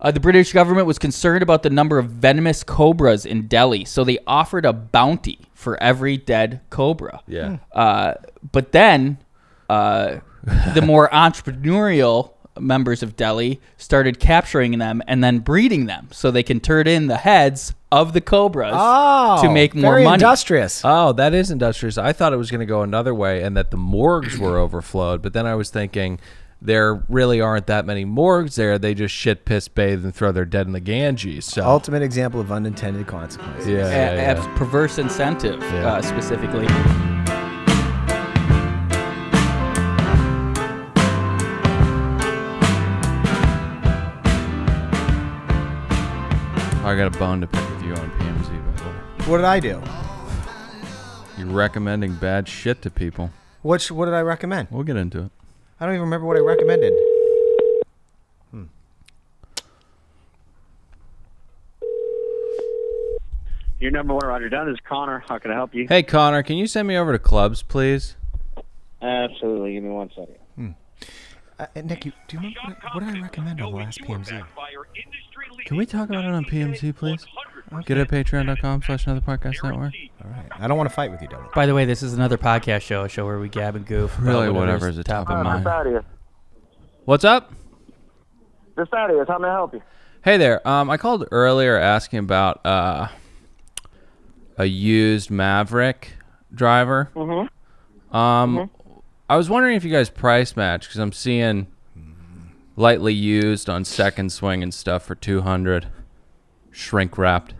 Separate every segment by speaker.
Speaker 1: Uh, the British government was concerned about the number of venomous cobras in Delhi, so they offered a bounty for every dead cobra.
Speaker 2: Yeah. Hmm.
Speaker 1: Uh, but then uh, the more entrepreneurial members of Delhi started capturing them and then breeding them so they can turn in the heads of the cobras
Speaker 3: Oh,
Speaker 1: to make more
Speaker 3: very
Speaker 1: money.
Speaker 3: Industrious.
Speaker 2: Oh, that is industrious. I thought it was going to go another way and that the morgues were overflowed, but then I was thinking there really aren't that many morgues there. They just shit, piss, bathe, and throw their dead in the Ganges. So,
Speaker 3: Ultimate example of unintended consequences.
Speaker 2: yeah,
Speaker 1: A-
Speaker 2: yeah, yeah.
Speaker 1: a perverse incentive uh, specifically.
Speaker 2: I got a bone to pick with you on PMZ, by the way.
Speaker 3: What did I do?
Speaker 2: You're recommending bad shit to people.
Speaker 3: Which what did I recommend?
Speaker 2: We'll get into it.
Speaker 3: I don't even remember what I recommended.
Speaker 4: Your number one rider done is Connor. How can I help you?
Speaker 2: Hey, Connor, can you send me over to clubs, please?
Speaker 4: Absolutely. Give me one second.
Speaker 3: Uh, and Nick, you, do you remember what, I- what did I recommend on the last PMZ?
Speaker 2: Can we talk about it on PMZ, please? Get at patreon.com slash another podcast network.
Speaker 3: All right, I don't want to fight with you, Double.
Speaker 1: By the way, this is another podcast show, a show where we gab and goof. about
Speaker 2: Really,
Speaker 1: whatever's
Speaker 2: whatever's at top of
Speaker 1: of
Speaker 2: mind.
Speaker 4: out of here.
Speaker 2: What's up?
Speaker 4: This out of here. How may I help you?
Speaker 2: Hey there. Um, I called earlier asking about uh, a used Maverick driver. Mm-hmm. Um,
Speaker 4: Mm-hmm.
Speaker 2: I was wondering if you guys price match because I'm seeing lightly used on second swing and stuff for 200, shrink wrapped.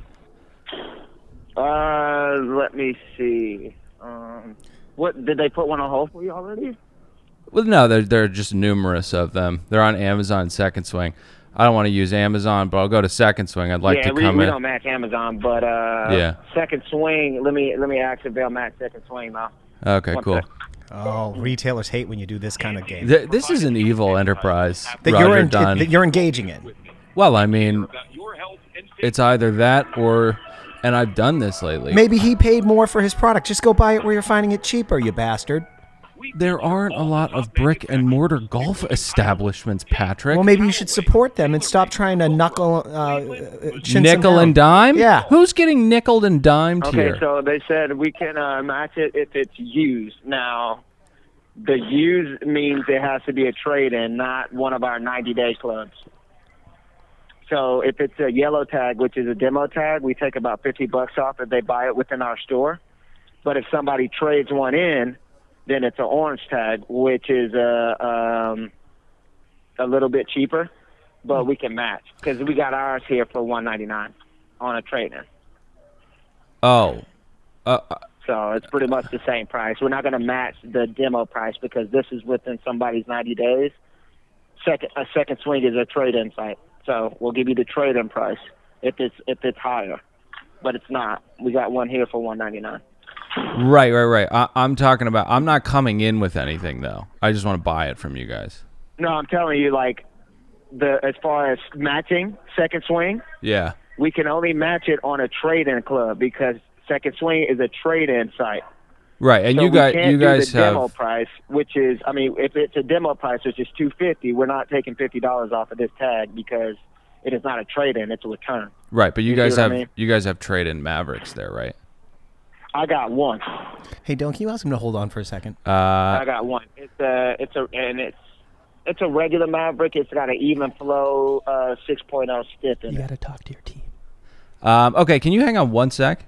Speaker 4: Uh, let me see. Um, what did they put one on hold for you already?
Speaker 2: Well, no, there, there are just numerous of them. They're on Amazon Second Swing. I don't want to use Amazon, but I'll go to Second Swing. I'd like
Speaker 4: yeah,
Speaker 2: to
Speaker 4: we,
Speaker 2: come
Speaker 4: we
Speaker 2: in.
Speaker 4: don't match Amazon, but uh,
Speaker 2: Yeah.
Speaker 4: Second swing. Let me let me ask if they'll match second swing now.
Speaker 2: Okay,
Speaker 4: One
Speaker 2: cool.
Speaker 4: sec.
Speaker 3: Oh, retailers hate when you do this kind of game.
Speaker 2: Th- this is an evil enterprise,
Speaker 3: that
Speaker 2: Roger
Speaker 3: you're en-
Speaker 2: Dunn.
Speaker 3: that you're engaging in.
Speaker 2: well, I mean, it's either that or, and I've done this lately.
Speaker 3: Maybe he paid more for his product. Just go buy it where you're finding it cheaper, you bastard.
Speaker 2: There aren't a lot of brick and mortar golf establishments, Patrick.
Speaker 3: Well, maybe you should support them and stop trying to knuckle, uh, uh, chin some
Speaker 2: nickel
Speaker 3: down.
Speaker 2: and dime.
Speaker 3: Yeah.
Speaker 2: who's getting nickled and dimed
Speaker 4: Okay,
Speaker 2: here?
Speaker 4: so they said we can uh, match it if it's used. Now, the used means it has to be a trade in, not one of our 90 day clubs. So if it's a yellow tag, which is a demo tag, we take about 50 bucks off if they buy it within our store. But if somebody trades one in, then it's an orange tag, which is a, um, a little bit cheaper, but we can match because we got ours here for 199 on a trade in.
Speaker 2: oh,
Speaker 4: So it's pretty much the same price. We're not going to match the demo price because this is within somebody's 90 days. Second, a second swing is a trade-in site, so we'll give you the trade-in price if it's if it's higher, but it's not. We got one here for 199.
Speaker 2: Right, right, right. I, I'm talking about. I'm not coming in with anything though. I just want to buy it from you guys.
Speaker 4: No, I'm telling you, like the as far as matching second swing,
Speaker 2: Yeah.
Speaker 4: we can only match it on a trade-in club because second swing is a trade-in site.
Speaker 2: Right, and
Speaker 4: So
Speaker 2: you
Speaker 4: we
Speaker 2: guys,
Speaker 4: can't
Speaker 2: you
Speaker 4: do
Speaker 2: guys
Speaker 4: the demo
Speaker 2: have.
Speaker 4: price, which is, I mean, if it's a demo price, which is two fifty, we're not taking fifty dollars off of this tag because it is not a trade in; it's a return.
Speaker 2: Right, but you, guys
Speaker 4: what I
Speaker 2: have.
Speaker 4: mean?
Speaker 2: You guys have trade in Mavericks there, right?
Speaker 4: I got one.
Speaker 3: Hey, Don, can you ask him to hold on for a second?
Speaker 2: Uh,
Speaker 4: I got one. It's a, it's a, and it's, it's a regular Maverick. It's got an even flow uh, 6.0 stiff in
Speaker 1: You
Speaker 4: it.
Speaker 1: got to talk to your team.
Speaker 2: um, okay, can you hang on one sec?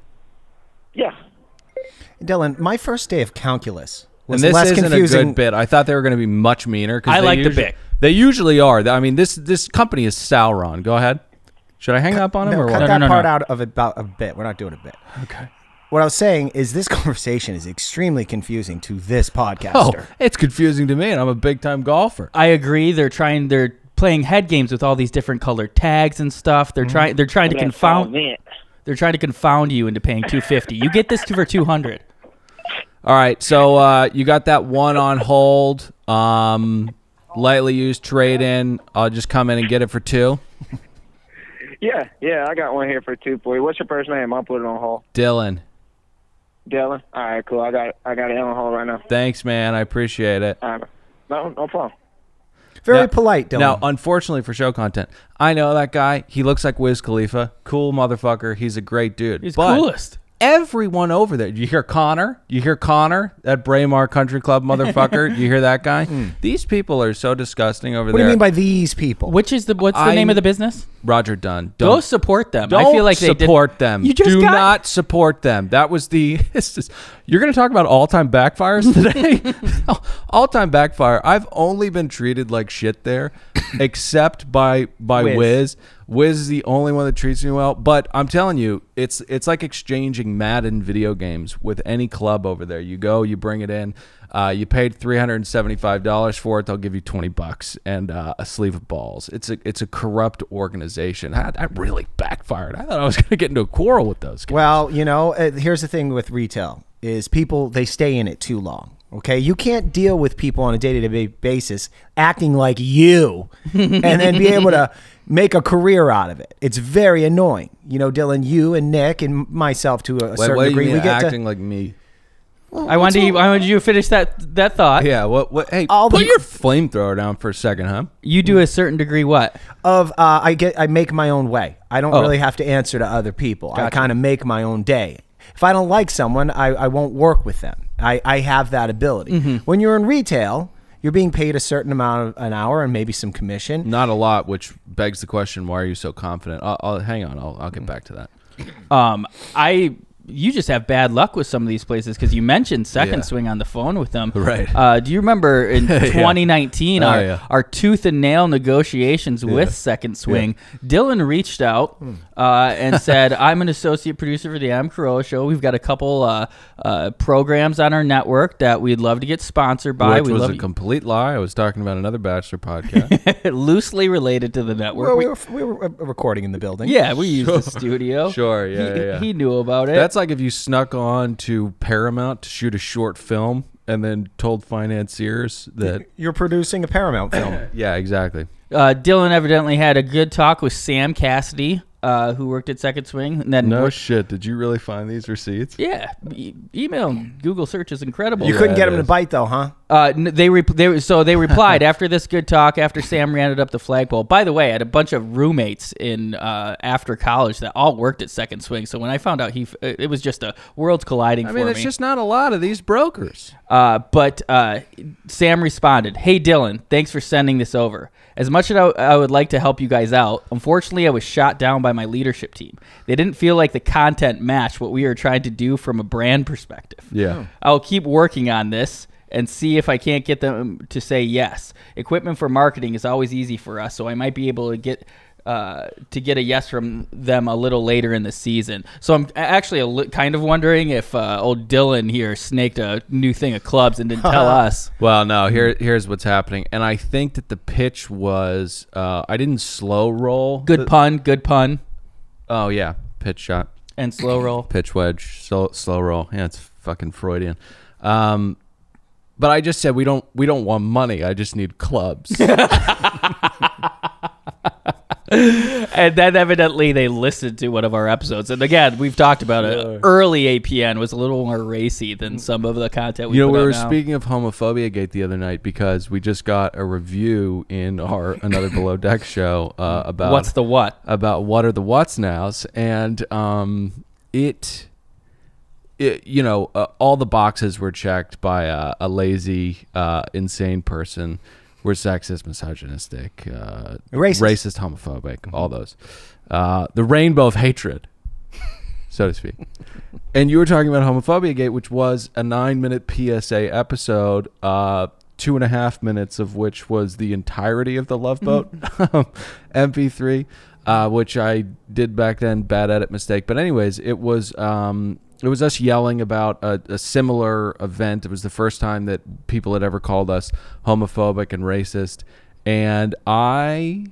Speaker 4: Yeah.
Speaker 3: Dylan, my first day of calculus was
Speaker 2: And this
Speaker 3: less
Speaker 2: isn't
Speaker 3: confusing.
Speaker 2: a good bit. I thought they were going to be much meaner. 'cause
Speaker 1: I
Speaker 2: they
Speaker 1: like the
Speaker 2: usu-
Speaker 1: bit.
Speaker 2: They usually are. Th- I mean, this this company is Sauron. Go ahead. Should I hang up on him
Speaker 3: No,
Speaker 2: or
Speaker 3: cut
Speaker 2: what?
Speaker 3: that
Speaker 1: no, no,
Speaker 3: part
Speaker 1: no.
Speaker 3: out of about a bit. We're not doing a bit. Okay. What I was saying is this conversation is extremely confusing to this
Speaker 2: Oh,
Speaker 3: podcaster.
Speaker 2: it's confusing to me, and I'm a big time golfer.
Speaker 1: I agree. They're trying. They're playing head games with all these different colored tags and stuff. They're trying. They're trying to
Speaker 4: That's
Speaker 1: confound.
Speaker 4: all it.
Speaker 1: They're trying to confound you into paying two fifty. You get this for two hundred.
Speaker 2: All right, so uh, you got that one on hold. Um, lightly used trade in. I'll just come in and get it for two.
Speaker 4: Yeah, yeah, I got one here for two for you. What's your first name? I'll put it on hold.
Speaker 2: Dylan,
Speaker 4: Dylan. All right, cool. I got, I got it on hold right now.
Speaker 2: thanks, man. I appreciate it.
Speaker 4: All right. No, no problem.
Speaker 3: Very
Speaker 2: Now-
Speaker 3: polite, Dylan.
Speaker 2: Now, unfortunately for show content, I know that guy. He looks like Wiz Khalifa. Cool motherfucker. He's a great dude.
Speaker 1: He's
Speaker 2: but
Speaker 1: coolest.
Speaker 2: Everyone over there. You hear Connor. You hear Connor, that Braemar Country Club motherfucker. you hear that guy? These people are so disgusting over
Speaker 3: what do
Speaker 2: there.
Speaker 3: you mean by these people?
Speaker 1: Which is the what's the
Speaker 2: I'm-
Speaker 1: name of the business?
Speaker 2: Roger Dunn?
Speaker 1: Go
Speaker 2: Don't
Speaker 1: support them.
Speaker 2: Don't
Speaker 1: I feel like they did-
Speaker 2: support them.
Speaker 1: You just
Speaker 2: do
Speaker 1: got-
Speaker 2: not support them. That was the. It's just, you're going to talk about all time backfires today. all time backfire. I've only been treated like shit there, except by by Wiz.
Speaker 3: Wiz.
Speaker 2: Wiz. is the only one that treats me well. But I'm telling you, it's it's like exchanging Madden video games with any club over there. You go, you bring it in. Uh, you paid three hundred and seventy-five dollars for it. They'll give you twenty bucks and uh, a sleeve of balls. It's a it's a corrupt organization. I, that really backfired. I thought I was going to get into a quarrel with those. Guys.
Speaker 3: Well, you know, uh, here's the thing with retail is people they stay in it too long. Okay, you can't deal with people on a day-to-day basis acting like you, and then be able to make a career out of it. It's very annoying. You know, Dylan, you and Nick and myself to a certain
Speaker 2: what do you
Speaker 3: degree,
Speaker 2: mean
Speaker 3: we get
Speaker 2: acting
Speaker 3: to
Speaker 2: like me?
Speaker 1: I wanted you, I wanted you to finish that that thought.
Speaker 2: Yeah. What? What? Hey,
Speaker 3: All
Speaker 2: put
Speaker 3: the-
Speaker 2: your flamethrower down for a second, huh?
Speaker 1: You do a certain degree what?
Speaker 3: of uh, I get I make my own way. I
Speaker 2: Oh.
Speaker 3: don't really have to answer to other people. I kind of make my own day. If I don't like someone, I, I won't work with them. I, I have that ability.
Speaker 2: Mm-hmm.
Speaker 3: When you're in retail, you're being paid a certain amount of an hour and maybe some commission.
Speaker 2: Not a lot, which begs the question: Why are you so confident? I'll, I'll hang on. I'll, I'll get back to that.
Speaker 1: Um, I you just have bad luck with some of these places because you mentioned second
Speaker 2: Yeah.
Speaker 1: swing on the phone with them.
Speaker 2: Right.
Speaker 1: Uh, do you remember in 2019
Speaker 2: Oh,
Speaker 1: our
Speaker 2: yeah.
Speaker 1: our tooth and nail negotiations with second swing? Dylan reached out
Speaker 2: Hmm.
Speaker 1: uh, and said, "I'm an associate producer for the Am Carolla Show. We've got a couple uh, uh, programs on our network that we'd love to get sponsored by.
Speaker 2: Which
Speaker 1: we
Speaker 2: was
Speaker 1: love
Speaker 2: a complete lie. I was talking about another Bachelor podcast.
Speaker 1: loosely related to the network.
Speaker 3: Well,
Speaker 1: We-
Speaker 3: we, were, we were uh, recording in the building.
Speaker 1: yeah, we use the studio.
Speaker 2: Sure, yeah,
Speaker 1: he,
Speaker 2: yeah, yeah.
Speaker 1: he knew about it.
Speaker 2: That's like if you snuck on to Paramount to shoot a short film and then told financiers that.
Speaker 3: You're producing a Paramount film.
Speaker 2: Yeah, exactly.
Speaker 1: Uh, Dylan evidently had a good talk with Sam Cassidy, uh, who worked at Second Swing. And then
Speaker 2: No
Speaker 1: worked-
Speaker 2: shit. Did you really find these receipts?
Speaker 1: yeah, e- email, and Google search is incredible.
Speaker 3: You couldn't
Speaker 2: Yeah,
Speaker 3: get
Speaker 2: it
Speaker 3: him to
Speaker 2: is.
Speaker 3: bite though, huh?
Speaker 1: Uh, n- they, re- they so they replied after this good talk. After Sam ran it up the flagpole. By the way, I had a bunch of roommates in uh, after college that all worked at Second Swing. So when I found out he, f- it was just a worlds colliding.
Speaker 2: I
Speaker 1: for
Speaker 2: mean,
Speaker 1: me.
Speaker 2: it's just not a lot of these brokers.
Speaker 1: Uh, but uh, Sam responded, "Hey Dylan, thanks for sending this over. As much as I, I would like to help you guys out, unfortunately, I was shot down by my leadership team. They didn't feel like the content matched what we were trying to do from a brand perspective.
Speaker 2: Yeah.
Speaker 1: I'll keep working on this." And see if I can't get them to say yes. Equipment for marketing is always easy for us, so I might be able to get uh, to get a yes from them a little later in the season. So I'm actually a li- kind of wondering if uh, old Dylan here snaked a new thing of clubs and didn't tell us.
Speaker 2: Well, no. Here, here's what's happening, and I think that the pitch was uh, I didn't slow roll.
Speaker 1: Good pun, good pun,
Speaker 2: Oh yeah, pitch shot.
Speaker 1: and slow roll.
Speaker 2: pitch wedge, slow, slow roll. Yeah, it's fucking Freudian. Um, but I just said we don't we don't want money. I just need clubs.
Speaker 1: And then evidently they listened to one of our episodes. And again, we've talked about it. Early APN was a little more racy than some of the content we
Speaker 2: Mm. you know,
Speaker 1: put
Speaker 2: we
Speaker 1: out
Speaker 2: were
Speaker 1: now.
Speaker 2: speaking of homophobia gate the other night because we just got a review in our another below deck show uh, about
Speaker 1: What's the what?
Speaker 2: about what are the what's nows and um it it you know uh, all the boxes were checked by uh, a lazy uh insane person we're sexist misogynistic uh
Speaker 3: Racist.
Speaker 2: racist homophobic all those uh the rainbow of hatred so to speak and you were talking about homophobia gate which was a nine minute psa episode uh two and a half minutes of which was the entirety of the love boat mp3 uh, which i did back then bad edit mistake but anyways it was um it was us yelling about a, a similar event it was the first time that people had ever called us homophobic and racist and i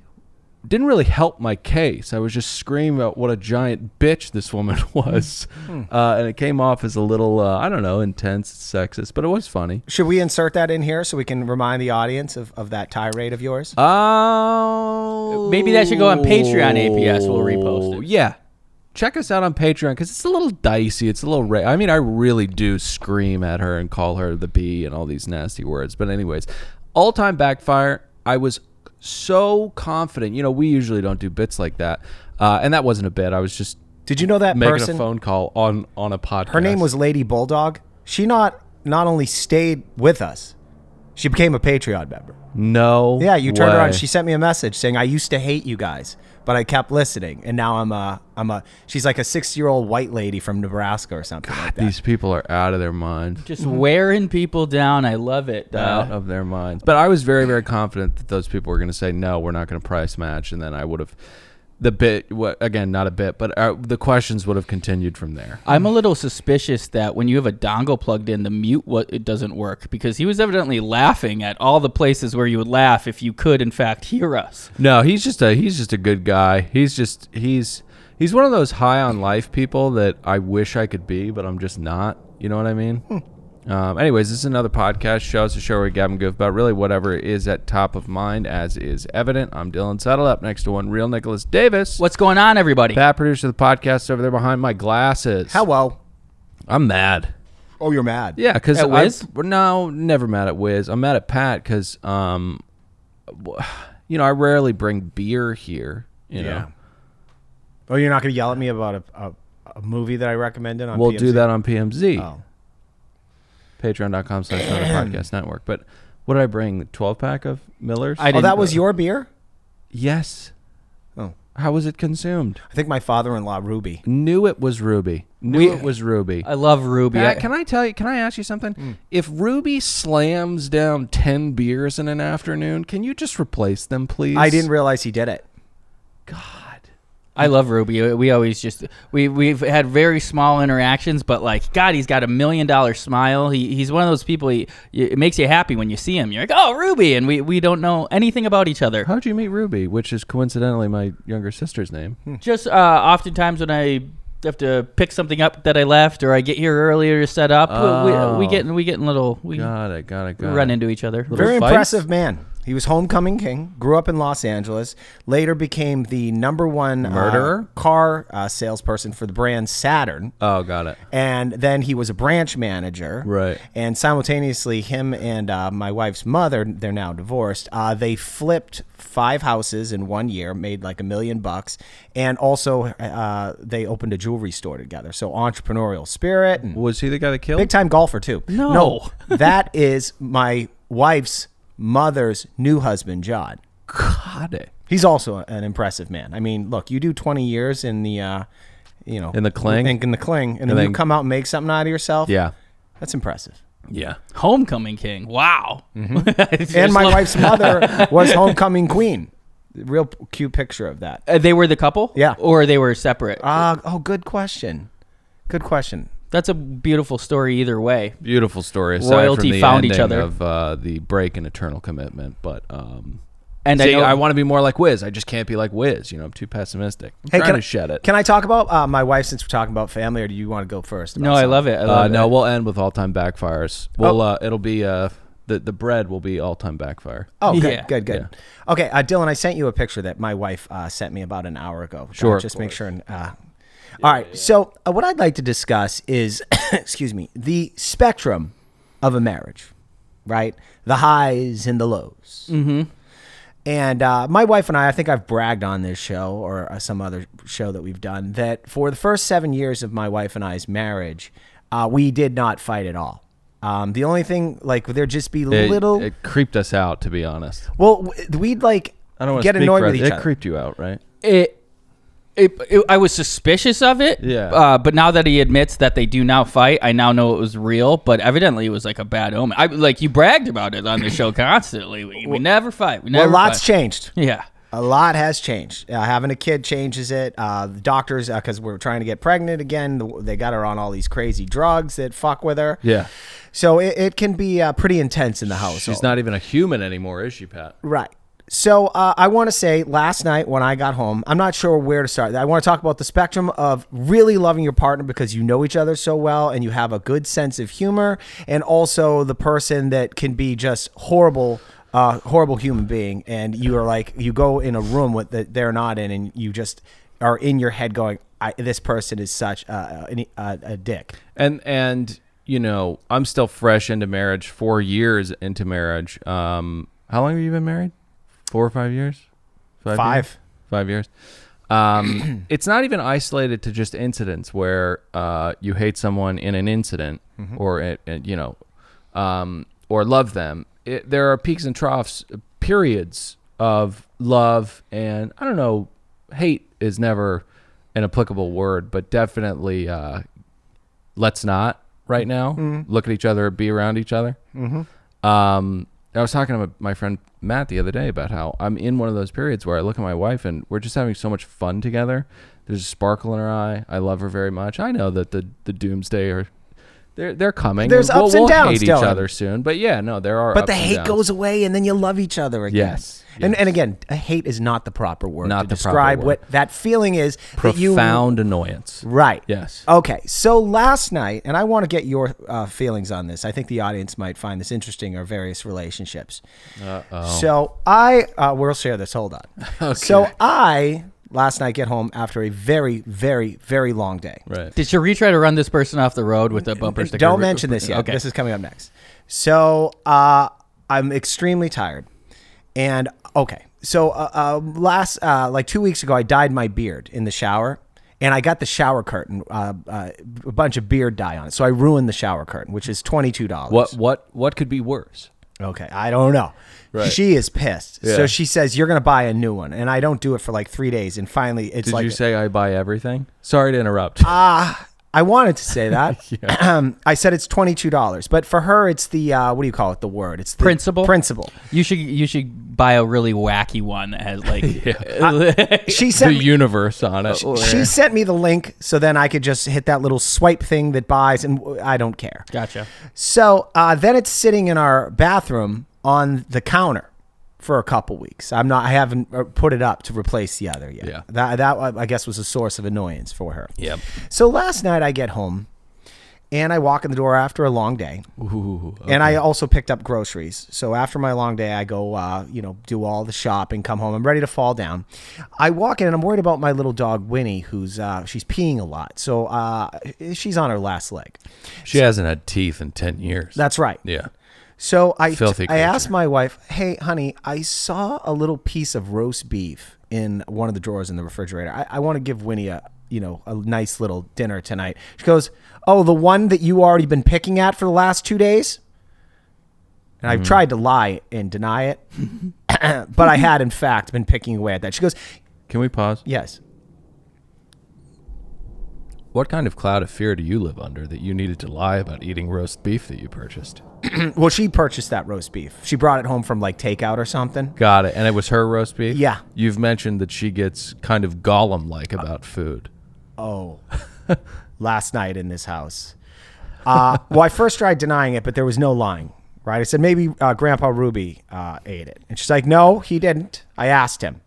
Speaker 2: didn't really help my case. I was just screaming about what a giant bitch this woman was, uh, and it came off as a little, uh, I don't know, intense, sexist, but it was funny.
Speaker 3: Should we insert that in here so we can remind the audience of, of that tirade of yours?
Speaker 2: Oh,
Speaker 1: Maybe that should go on Patreon APS. We'll repost it.
Speaker 2: Yeah, check us out on Patreon because it's a little dicey. It's a little. Ra- I mean, I really do scream at her and call her the bee and all these nasty words. But anyways, all time backfire. I was so confident. You know, we usually don't do bits like that, uh, and that wasn't a bit. I was just
Speaker 3: Did you know that
Speaker 2: making
Speaker 3: person?
Speaker 2: a phone call on on a podcast.
Speaker 3: Her name was Lady Bulldog. She not not only stayed with us, she became a Patreon member.
Speaker 2: no.
Speaker 3: Yeah, you turned
Speaker 2: way.
Speaker 3: around. She sent me a message saying, "I used to hate you guys, but I kept listening, and now I'm a I'm a." She's like a six year old white lady from Nebraska or something like that.
Speaker 2: These people are out of their mind.
Speaker 1: Just wearing people down. I love it.
Speaker 2: Out
Speaker 1: Uh,
Speaker 2: of their minds. But I was very, very confident that those people were going to say, no, we're not going to price match. And then I would have, the bit, what, again, not a bit, but uh, the questions would have continued from there.
Speaker 1: I'm a little suspicious that when you have a dongle plugged in, the mute what it doesn't work because he was evidently laughing at all the places where you would laugh if you could, in fact, hear us.
Speaker 2: No, he's just a he's just a good guy. He's just he's he's one of those high on life people that I wish I could be, but I'm just not. You know what I mean? Um, anyways, this is another podcast show. It's a show where Gavin goof about really whatever is at top of mind, as is evident. I'm Dylan Settle up next to one real Nicholas Davis.
Speaker 1: What's going on, everybody?
Speaker 2: Pat producer of the podcast over there behind my glasses.
Speaker 3: How well?
Speaker 2: I'm mad.
Speaker 3: Oh, you're mad.
Speaker 2: Yeah, because
Speaker 1: At Wiz?
Speaker 2: No, never mad at Wiz. I'm mad at Pat because, um, you know, I rarely bring beer here. You know,
Speaker 3: Yeah. Oh, you're not gonna yell at me about a, a, a movie that I recommended on.
Speaker 2: we'll do
Speaker 3: PMC?
Speaker 2: that on PMZ.
Speaker 3: Oh.
Speaker 2: Patreon.com slash Southern podcast network. But what did I bring? Twelve pack of Miller's?
Speaker 1: I
Speaker 3: Oh,
Speaker 1: didn't-
Speaker 3: that was your beer.
Speaker 2: yes.
Speaker 3: Oh.
Speaker 2: How was it consumed?
Speaker 3: I think my father-in-law Ruby.
Speaker 2: Knew it was Ruby. Knew
Speaker 1: We-
Speaker 2: it was Ruby.
Speaker 1: I love Ruby.
Speaker 2: Pat, can I tell you? Can I ask you something?
Speaker 1: Mm.
Speaker 2: If Ruby slams down ten beers in an afternoon, can you just replace them, please?
Speaker 3: I didn't realize he did it.
Speaker 2: God.
Speaker 1: I love Ruby. We always just we we've had very small interactions, but like God, he's got a million dollar smile. He, he's one of those people. He it makes you happy when you see him. You're like, oh, Ruby, and we we don't know anything about each other.
Speaker 2: How'd you meet Ruby? Which is coincidentally my younger sister's name.
Speaker 1: Just uh, oftentimes when I have to pick something up that I left or I get here earlier to set up,
Speaker 2: Oh.
Speaker 1: we, we get we get in little we
Speaker 2: Got it. Got it. Got
Speaker 1: run
Speaker 2: it.
Speaker 1: into each other.
Speaker 3: Very
Speaker 2: fights?
Speaker 3: impressive man. He was homecoming king. Grew up in Los Angeles. Later became the number one uh,
Speaker 2: Murderer?
Speaker 3: car uh, salesperson for the brand Saturn.
Speaker 2: Oh, got it.
Speaker 3: and then he was a branch manager.
Speaker 2: Right.
Speaker 3: And simultaneously, him and uh, my wife's mother, they're now divorced, uh, they flipped five houses in one year, made like a million bucks. And also, uh, they opened a jewelry store together. So, entrepreneurial spirit and
Speaker 2: Was he the guy that killed?
Speaker 3: big time golfer, too.
Speaker 1: No.
Speaker 3: that is my wife's mother's new husband, John.
Speaker 2: Got it.
Speaker 3: He's also an impressive man. I mean, look, you do 20 years in the. Uh, you know,
Speaker 2: In the cling?
Speaker 3: in, in the cling, and, then
Speaker 2: then-
Speaker 3: you come out and make something out of yourself.
Speaker 2: Yeah.
Speaker 3: That's impressive.
Speaker 2: Yeah.
Speaker 1: Homecoming king. Wow.
Speaker 2: Mm-hmm.
Speaker 1: I just
Speaker 3: And my
Speaker 1: love-
Speaker 3: wife's mother was homecoming queen. Real p- cute picture of that.
Speaker 1: Uh, they were the couple.
Speaker 3: Yeah.
Speaker 1: Or they were separate.
Speaker 3: Uh, oh, good question. Good question.
Speaker 1: That's a beautiful story either way.
Speaker 2: Beautiful story. Aside
Speaker 1: Royalty
Speaker 2: from the
Speaker 1: found each
Speaker 2: ending
Speaker 1: other.
Speaker 2: of uh, the break and eternal commitment, but um,
Speaker 1: And
Speaker 2: see,
Speaker 1: I, know,
Speaker 2: I, want to be more like Wiz. I just can't be like Wiz. You know, I'm too pessimistic. I'm trying
Speaker 3: can
Speaker 2: to
Speaker 3: I-
Speaker 2: shed it.
Speaker 3: Can I talk about uh, my wife since we're talking about family, or do you want to go first?
Speaker 1: No, I love it. I
Speaker 2: uh,
Speaker 1: love
Speaker 2: no,
Speaker 1: it.
Speaker 2: we'll end with all time backfires. We'll uh, it'll be uh, the the bread will be all time backfire.
Speaker 3: Oh, good,
Speaker 1: Yeah.
Speaker 3: good, good. Okay, uh, Dylan, I sent you a picture that my wife uh, sent me about an hour ago.
Speaker 2: Sure,
Speaker 3: Uh,
Speaker 2: of
Speaker 3: just make sure. And, uh, all right. So, uh, what I'd like to discuss is, excuse me, the spectrum of a marriage, right? The highs and the lows. Mm-hmm. And uh, my wife and I, I think I've bragged on this show or uh, some other show that we've done that for the first seven years of my wife and I's marriage, uh, we did not fight at all. Um, the only thing, like, there'd just be
Speaker 2: It,
Speaker 3: little.
Speaker 2: it creeped us out to be honest.
Speaker 3: Well, w- we'd like
Speaker 2: I don't want to
Speaker 3: get annoyed with each
Speaker 2: it
Speaker 3: other.
Speaker 2: creeped you out, right?
Speaker 1: it, it, it- I was suspicious of it.
Speaker 2: Yeah.
Speaker 1: Uh, but now that he admits that they do now fight, I now know it was real. But evidently, it was like a bad omen. I like you bragged about it on the show constantly. We, we never fight. We
Speaker 3: well,
Speaker 1: never.
Speaker 3: lots
Speaker 1: fight.
Speaker 3: changed.
Speaker 1: Yeah.
Speaker 3: A lot has changed. Uh, having a kid changes it. Uh, the doctors, because we're trying to get pregnant again, the- they got her on all these crazy drugs that fuck with her.
Speaker 2: Yeah.
Speaker 3: So it, it can be uh, pretty intense in the house.
Speaker 2: She's not even a human anymore, is she, Pat?
Speaker 3: Right. So uh, I want to say last night when I got home, I'm not sure where to start. I want to talk about the spectrum of really loving your partner because you know each other so well and you have a good sense of humor, and also the person that can be just horrible. Uh, horrible human being, and you are like you go in a room with that they're not in, and you just are in your head going, I, "This person is such a, a, a, a dick."
Speaker 2: and and you know i'm still fresh into marriage four years into marriage um how long have you been married four or five years.
Speaker 3: Five.
Speaker 2: years? Five years. Um, it's not even isolated to just incidents where uh, you hate someone in an incident, or it, it, you know, um, or love them. It, there are peaks and troughs, periods of love, and I don't know. Hate is never an applicable word, but definitely uh, let's not right now
Speaker 3: Mm-hmm.
Speaker 2: look at each other, be around each other. Um, I was talking to my friend Matt the other day about how I'm in one of those periods where I look at my wife and we're just having so much fun together. There's a sparkle in her eye. I love her very much. I know that the the doomsday are they're they're coming.
Speaker 3: There's
Speaker 2: we'll,
Speaker 3: ups and
Speaker 2: we'll
Speaker 3: downs,
Speaker 2: Hate
Speaker 3: Dylan.
Speaker 2: each other soon, but yeah, no, there are.
Speaker 3: But
Speaker 2: ups
Speaker 3: the
Speaker 2: and
Speaker 3: hate
Speaker 2: downs.
Speaker 3: goes away, and then you love each other again.
Speaker 2: Yes,
Speaker 3: And,
Speaker 2: yes.
Speaker 3: and again, a hate is not the proper word
Speaker 2: Not the
Speaker 3: to
Speaker 2: proper
Speaker 3: describe
Speaker 2: word.
Speaker 3: what that feeling is. that you-
Speaker 2: profound annoyance.
Speaker 3: Right.
Speaker 2: Yes.
Speaker 3: Okay. So last night, and I want to get your uh, feelings on this. I think the audience might find this interesting. Our various relationships. Uh-oh. So I, uh, we'll share this. Hold on. So I last night get home after a very, very, very long day.
Speaker 2: Right.
Speaker 1: Did Cherie try to run this person off the road with a bumper sticker?
Speaker 3: Don't mention this yet.
Speaker 1: Okay.
Speaker 3: This is coming up next. So uh, I'm extremely tired, and okay. So uh, uh, last uh, like two weeks ago, I dyed my beard in the shower, and I got the shower curtain, uh, uh, a bunch of beard dye on it. So I ruined the shower curtain, which is twenty two dollars.
Speaker 2: What what what could be worse?
Speaker 3: Okay, I don't know.
Speaker 2: Right.
Speaker 3: She is pissed.
Speaker 2: Yeah.
Speaker 3: So she says you're going to buy a new one, and I don't do it for like three days, and finally it's
Speaker 2: Did
Speaker 3: like Uh,
Speaker 2: you say I buy everything? Sorry to interrupt.
Speaker 3: I wanted to say that. Um, I said it's twenty two dollars, but for her, it's the uh, what do you call it? The word it's the
Speaker 1: Principle?
Speaker 3: Principle.
Speaker 1: You should you should buy a really wacky one that has like
Speaker 3: She
Speaker 2: the
Speaker 3: sent me,
Speaker 2: universe on it.
Speaker 3: she sent me the link, so then I could just hit that little swipe thing that buys, and w- I don't care.
Speaker 1: gotcha.
Speaker 3: So uh, then it's sitting in our bathroom on the counter for a couple weeks. I'm not. I haven't uh, put it up to replace the other yet.
Speaker 2: Yeah.
Speaker 3: That that uh, I guess was a source of annoyance for her.
Speaker 2: Yep.
Speaker 3: So last night I get home, and I walk in the door after a long day.
Speaker 2: Ooh,
Speaker 3: And I also picked up groceries. So after my long day, I go, uh, you know, do all the shopping, come home. I'm ready to fall down. I walk in and I'm worried about my little dog Winnie, who's uh, she's peeing a lot. So uh, she's on her last leg.
Speaker 2: she hasn't had teeth in ten years.
Speaker 3: That's right.
Speaker 2: yeah.
Speaker 3: So I
Speaker 2: Filthy
Speaker 3: I asked
Speaker 2: creature.
Speaker 3: my wife, "Hey, honey, I saw a little piece of roast beef in one of the drawers in the refrigerator. I, I want to give Winnie a you know a nice little dinner tonight." She goes, "Oh, the one that you already been picking at for the last two days." And
Speaker 2: Hmm.
Speaker 3: I've tried to lie and deny it, but I had in fact been picking away at that. She goes,
Speaker 2: Can we pause?
Speaker 3: "Yes."
Speaker 2: What kind of cloud of fear do you live under that you needed to lie about eating roast beef that you purchased?
Speaker 3: Well, she purchased that roast beef. She brought it home from like takeout or something.
Speaker 2: Got it. And it was her roast beef?
Speaker 3: Yeah.
Speaker 2: You've mentioned that she gets kind of golem like about food.
Speaker 3: oh, last night in this house. Uh, well, I first tried denying it, but there was no lying, right? I said, maybe uh, Grandpa Ruby uh, ate it. And she's like, no, he didn't. I asked him.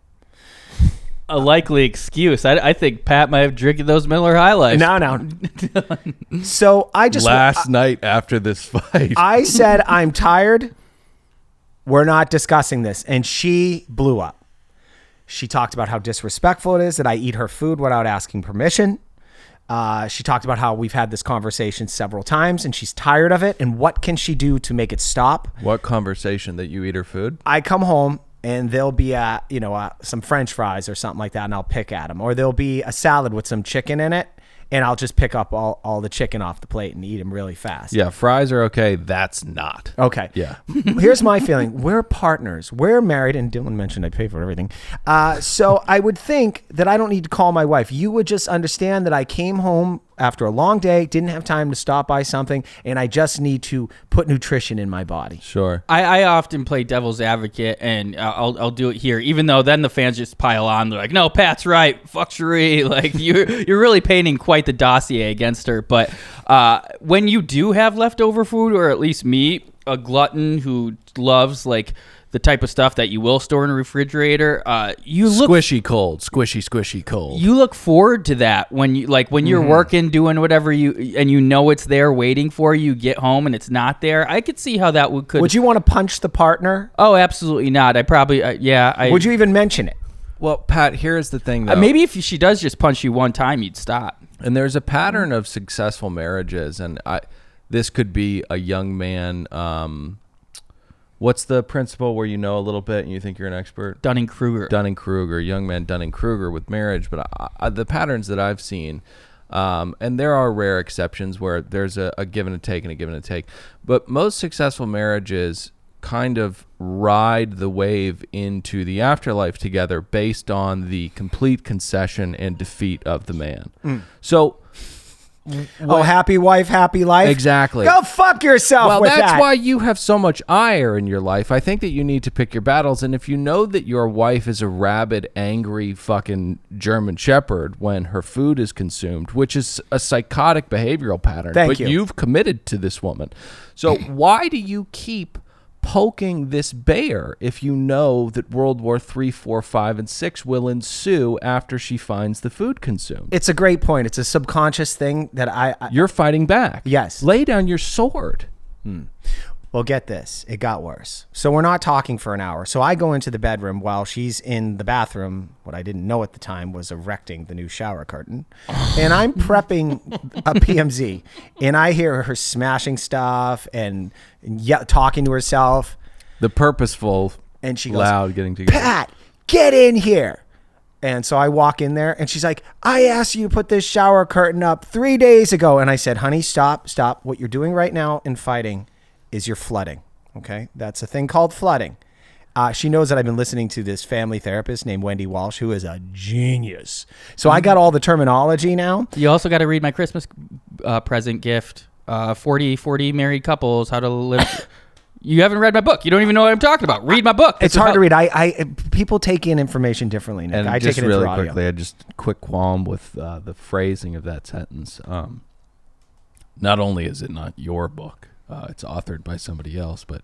Speaker 1: A likely excuse. I, I think Pat might have drinking those Miller High Life.
Speaker 3: No, no. so I just,
Speaker 2: Last night after this fight.
Speaker 3: I said, I'm tired. We're not discussing this. And she blew up. She talked about how disrespectful it is that I eat her food without asking permission. Uh, she talked about how we've had this conversation several times and she's tired of it. And what can she do to make it stop?
Speaker 2: what conversation that you eat her food?
Speaker 3: I come home and there'll be a you know uh some French fries or something like that, and I'll pick at them. Or there'll be a salad with some chicken in it, and I'll just pick up all, all the chicken off the plate and eat them really fast.
Speaker 2: Yeah, fries are okay. That's not.
Speaker 3: Okay.
Speaker 2: Yeah.
Speaker 3: Here's my feeling. We're partners. We're married, and Dylan mentioned I pay for everything. Uh, so I would think that I don't need to call my wife. You would just understand that I came home after a long day, didn't have time to stop by something, and I just need to put nutrition in my body.
Speaker 2: Sure.
Speaker 1: I, I often play devil's advocate, and uh, I'll, I'll do it here, even though then the fans just pile on. They're like, "No, Pat's right. Fuck Cherie. Like you're you're really painting quite the dossier against her." But uh, when you do have leftover food, or at least me, a glutton who loves like the type of stuff that you will store in a refrigerator, uh, you look
Speaker 2: Squishy cold. Squishy, squishy cold.
Speaker 1: you look forward to that when you like when you're working doing whatever you and you know it's there waiting for you you get home and it's not there i could see how that would could
Speaker 3: Would you want to punch the partner?
Speaker 1: oh absolutely not i probably uh, yeah i
Speaker 3: Would you even mention it?
Speaker 2: well, Pat, here's the thing, though.
Speaker 1: Uh, maybe if she does just punch you one time you'd stop
Speaker 2: And there's a pattern of successful marriages, and I, this could be a young man um, What's the principle where you know a little bit and you think you're an expert?
Speaker 1: Dunning Kruger.
Speaker 2: Dunning Kruger, young man Dunning Kruger with marriage. But I, I, the patterns that I've seen, um, and there are rare exceptions where there's a, a give and a take and a give and a take. But most successful marriages kind of ride the wave into the afterlife together based on the complete concession and defeat of the man. So
Speaker 3: Oh, happy wife, happy life.
Speaker 2: Exactly.
Speaker 3: Go fuck yourself.
Speaker 2: well,
Speaker 3: with
Speaker 2: that's
Speaker 3: that.
Speaker 2: why you have so much ire in your life. I think that you need to pick your battles. And if you know that your wife is a rabid, angry fucking German Shepherd when her food is consumed, which is a psychotic behavioral pattern,
Speaker 3: Thank
Speaker 2: but
Speaker 3: you.
Speaker 2: have committed to this woman. So why do you keep poking this bear if you know that World War Three, Four, Five, and Six will ensue after she finds the food consumed?
Speaker 3: It's a great point. It's a subconscious thing that I, I
Speaker 2: You're fighting back.
Speaker 3: Yes.
Speaker 2: Lay down your sword.
Speaker 3: Well, get this. It got worse. So we're not talking for an hour. So I go into the bedroom while she's in the bathroom. What I didn't know at the time was erecting the new shower curtain. and I'm prepping a PMZ. And I hear her smashing stuff and, and ye- talking to herself.
Speaker 2: The purposeful
Speaker 3: And she goes,
Speaker 2: loud getting together.
Speaker 3: Pat, get in here. And so I walk in there and she's like, I asked you to put this shower curtain up three days ago. And I said, honey, stop, stop. What you're doing right now in fighting is you're flooding. Okay. That's a thing called flooding. Uh, she knows that I've been listening to this family therapist named Wendy Walsh, who is a genius. So I got all the terminology now.
Speaker 1: You also got to read my Christmas uh, present gift. Uh, 40, 40 married couples, how to live. you haven't read my book. You don't even know what I'm talking about. Read my book. This
Speaker 3: It's
Speaker 1: is
Speaker 3: hard
Speaker 1: how-
Speaker 3: to read. I, I people take in information differently. Nick.
Speaker 2: And
Speaker 3: I
Speaker 2: just
Speaker 3: take it in
Speaker 2: really
Speaker 3: through audio.
Speaker 2: quickly, I just quick qualm with uh, the phrasing of that sentence. Um, not only is it not your book, uh, it's authored by somebody else, but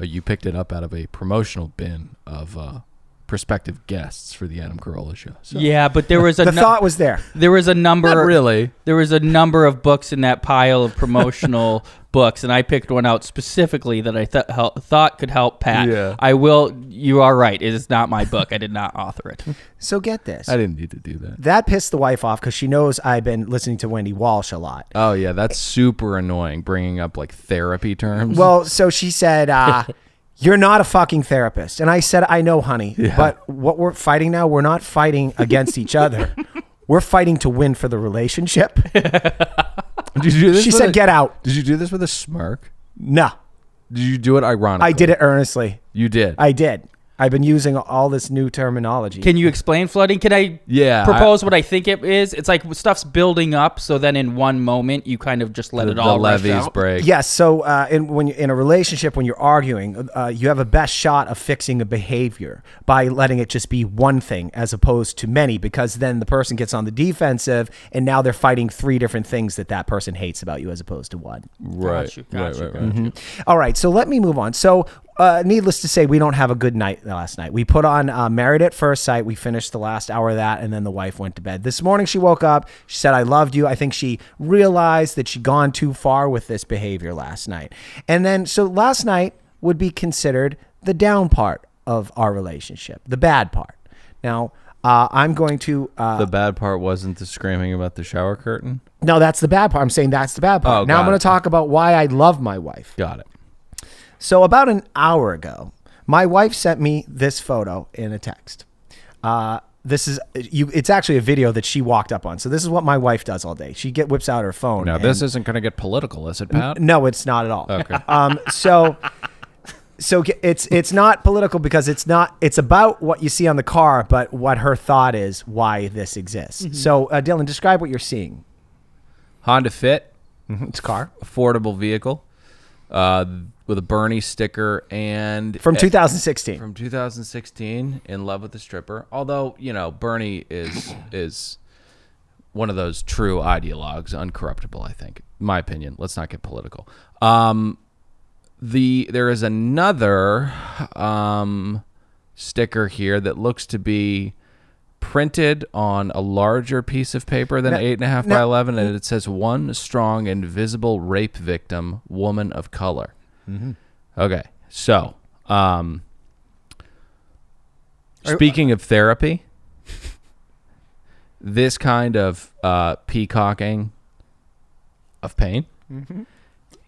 Speaker 2: uh, you picked it up out of a promotional bin of uh, prospective guests for the Adam Carolla show. So,
Speaker 1: Yeah, but there was a
Speaker 3: The
Speaker 1: nu-
Speaker 3: thought was there.
Speaker 1: there was a number
Speaker 2: not really.
Speaker 1: there was a number of books in that pile of promotional books, and I picked one out specifically that I th- thought could help Pat.
Speaker 2: Yeah.
Speaker 1: I will. You are right. It is not my book. I did not author it.
Speaker 3: So get this.
Speaker 2: I didn't need to do that.
Speaker 3: that pissed the wife off because she knows I've been listening to Wendy Walsh a lot.
Speaker 2: Oh yeah, that's super annoying. Bringing up like therapy terms.
Speaker 3: Well, so she said, uh, "You're not a fucking therapist," and I said, "I know, honey, but what we're fighting now, we're not fighting against each other. We're fighting to win for the relationship."
Speaker 2: did you do this
Speaker 3: She
Speaker 2: with
Speaker 3: said,
Speaker 2: a-
Speaker 3: "Get out."
Speaker 2: Did you do this with a smirk?
Speaker 3: No,
Speaker 2: Did you do it ironically?
Speaker 3: I did it earnestly.
Speaker 2: You did.
Speaker 3: I did. I've been using all this new terminology.
Speaker 1: Can you explain flooding? Can I
Speaker 2: Yeah, I-
Speaker 1: propose what I think it is? It's like stuff's building up, so then in one moment you kind of just let
Speaker 2: the,
Speaker 1: it all
Speaker 2: the
Speaker 1: rush
Speaker 2: levees
Speaker 1: out.
Speaker 2: break.
Speaker 3: Yes. So, uh, in, when you in a relationship, when you're arguing, uh, you have a best shot of fixing a behavior by letting it just be one thing as opposed to many, because then the person gets on the defensive, and now they're fighting three different things that that person hates about you as opposed to one.
Speaker 2: Right.
Speaker 1: Got you, got
Speaker 2: right,
Speaker 1: you,
Speaker 2: right,
Speaker 1: got
Speaker 2: right.
Speaker 3: All right, so let me move on. So, uh, needless to say, we don't have a good night last night. We put on uh, Married at First Sight. We finished the last hour of that, and then the wife went to bed. This morning, she woke up. She said, I loved you. I think she realized that she'd gone too far with this behavior last night. And then, so last night would be considered the down part of our relationship, the bad part. Now, uh, I'm going to. Uh,
Speaker 2: The bad part wasn't the screaming about the shower curtain.
Speaker 3: no, that's the bad part. I'm saying that's the bad part.
Speaker 2: Oh,
Speaker 3: now I'm
Speaker 2: got
Speaker 3: going
Speaker 2: it.
Speaker 3: to talk about why I love my wife.
Speaker 2: Got it.
Speaker 3: So about an hour ago, my wife sent me this photo in a text. Uh, this is you. It's actually a video that she walked up on. So this is what my wife does all day. She get whips out her phone.
Speaker 2: Now this
Speaker 3: and-
Speaker 2: isn't going to get political, is it, Pat?
Speaker 3: no, it's not at all.
Speaker 2: Okay.
Speaker 3: Um, so. So ge- it's it's not political because it's not it's about what you see on the car, but what her thought is why this exists. So uh, Dylan, describe what you're seeing.
Speaker 2: Honda Fit,
Speaker 3: It's a car
Speaker 2: affordable vehicle, uh, with a Bernie sticker and
Speaker 3: from
Speaker 2: eh,
Speaker 3: 2016.
Speaker 2: from 2016. In love with the stripper. Although you know Bernie is is one of those true ideologues, uncorruptible. I think, in my opinion. Let's not get political. Um, the there is another um, sticker here that looks to be printed on a larger piece of paper than eight and a half by eleven, and it says one strong invisible rape victim, woman of color. Okay, so um, speaking of therapy, this kind of uh, peacocking of pain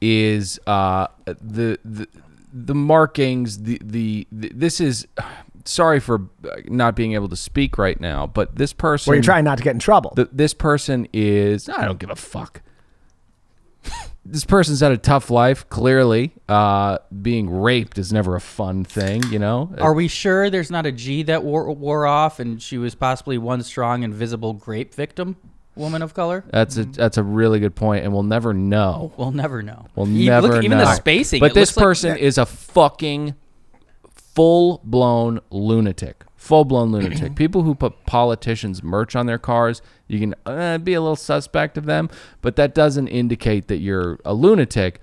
Speaker 2: is uh, the, the the markings, the, the the this is. Sorry for uh, not being able to speak right now, but this person.
Speaker 3: Where you're trying not to get in trouble.
Speaker 2: th- this person is I don't give a fuck. this person's had a tough life. Clearly, uh, being raped is never a fun thing, you know.
Speaker 1: Are we sure there's not a G that wore, wore off and she was possibly one strong, invisible grape victim? Woman of color?
Speaker 2: that's a that's a really good point, and we'll never know.
Speaker 1: We'll never know.
Speaker 2: We'll
Speaker 1: You
Speaker 2: never
Speaker 1: look,
Speaker 2: know.
Speaker 1: Even the spacing.
Speaker 2: But
Speaker 1: it
Speaker 2: this
Speaker 1: looks like-
Speaker 2: person is a fucking full blown lunatic. Full blown lunatic. People who put politicians' merch on their cars, you can uh, be a little suspect of them, but that doesn't indicate that you're a lunatic.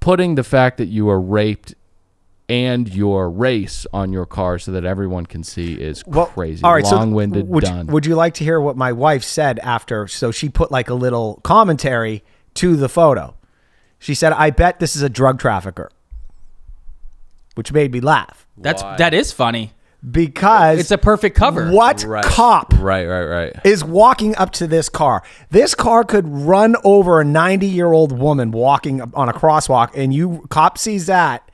Speaker 2: Putting the fact that you were raped and your race on your car so that everyone can see is
Speaker 3: Well,
Speaker 2: crazy.
Speaker 3: All right, so
Speaker 2: long-winded.
Speaker 3: would,
Speaker 2: done.
Speaker 3: Would you like to hear what my wife said after? So she put like a little commentary to the photo. She said, "I bet this is a drug trafficker," which made me laugh
Speaker 1: That's that is funny.
Speaker 3: because
Speaker 1: It's a perfect cover.
Speaker 3: What
Speaker 2: Right.
Speaker 3: cop
Speaker 2: right, right, right.
Speaker 3: is walking up to this car? This car could run over a ninety-year-old woman walking up on a crosswalk, and you cop sees that.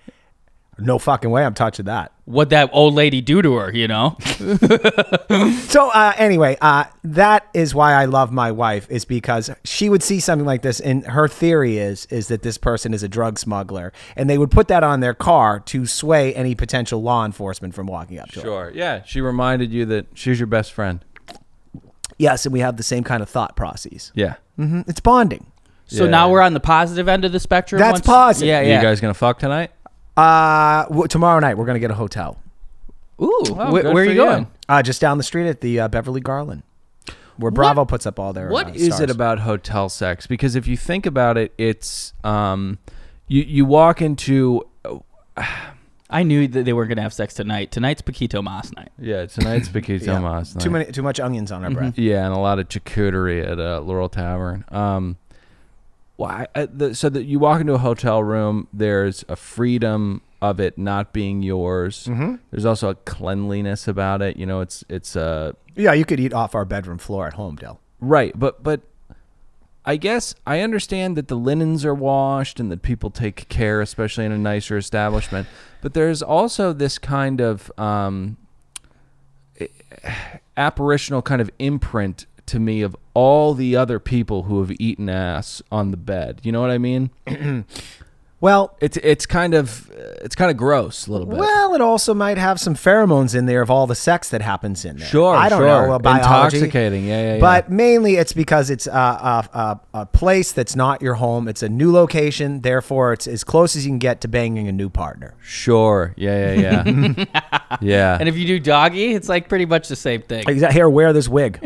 Speaker 3: No fucking way, I'm touching that.
Speaker 1: What that old lady do to her? You know?
Speaker 3: So uh, anyway, uh, that is why I love my wife is because she would see something like this, and her theory is is that this person is a drug smuggler, and they would put that on their car to sway any potential law enforcement from walking up to her.
Speaker 2: Sure. Yeah, she reminded you that she's your best friend.
Speaker 3: Yes, and we have the same kind of thought process.
Speaker 2: Yeah.
Speaker 3: Mhm, It's bonding.
Speaker 1: So
Speaker 2: Yeah.
Speaker 1: now we're on the positive end of the spectrum.
Speaker 3: That's
Speaker 1: once-
Speaker 3: positive.
Speaker 1: Yeah,
Speaker 2: Are
Speaker 1: yeah.
Speaker 2: You guys going to fuck tonight?
Speaker 3: Uh, w- tomorrow night we're gonna get a hotel
Speaker 1: Ooh, wh-
Speaker 2: good
Speaker 1: where are
Speaker 2: for
Speaker 1: you
Speaker 2: you.
Speaker 1: going?
Speaker 3: uh, just down the street at the uh, Beverly Garland, where Bravo puts up all their.
Speaker 2: What
Speaker 3: uh,
Speaker 2: is it
Speaker 3: stars.
Speaker 2: about hotel sex? Because if you think about it, it's um, you you walk into uh,
Speaker 1: I knew that they weren't going to have sex tonight. Tonight's Paquito Mas night.
Speaker 2: yeah tonight's Paquito
Speaker 3: Yeah.
Speaker 2: Mas
Speaker 3: Too
Speaker 2: night.
Speaker 3: many, too much onions on our breath.
Speaker 2: Yeah, and a lot of charcuterie at uh, Laurel Tavern. Um, why? uh the, so that you walk into a hotel room, there's a freedom of it not being yours.
Speaker 3: Mm-hmm.
Speaker 2: There's also a cleanliness about it. You know, it's it's uh,
Speaker 3: Yeah, you could eat off our bedroom floor at home, Dell.
Speaker 2: Right, but but I guess I understand that the linens are washed and that people take care, especially in a nicer establishment. But there's also this kind of um, eh, apparitional kind of imprint to me of all the other people who have eaten ass on the bed. You know what I mean?
Speaker 3: Well,
Speaker 2: It's it's kind of it's kind of gross a little bit.
Speaker 3: Well, it also might have some pheromones in there of all the sex that happens in there.
Speaker 2: Sure,
Speaker 3: I don't
Speaker 2: sure.
Speaker 3: know about biology,
Speaker 2: Intoxicating, yeah, yeah, yeah.
Speaker 3: But mainly, it's because it's a, a, a, a place that's not your home. It's a new location, therefore, it's as close as you can get to banging a new partner.
Speaker 2: sure. Yeah, yeah, yeah. yeah.
Speaker 1: And if you do doggy, it's like pretty much the same thing.
Speaker 3: Exactly. Here, wear this wig.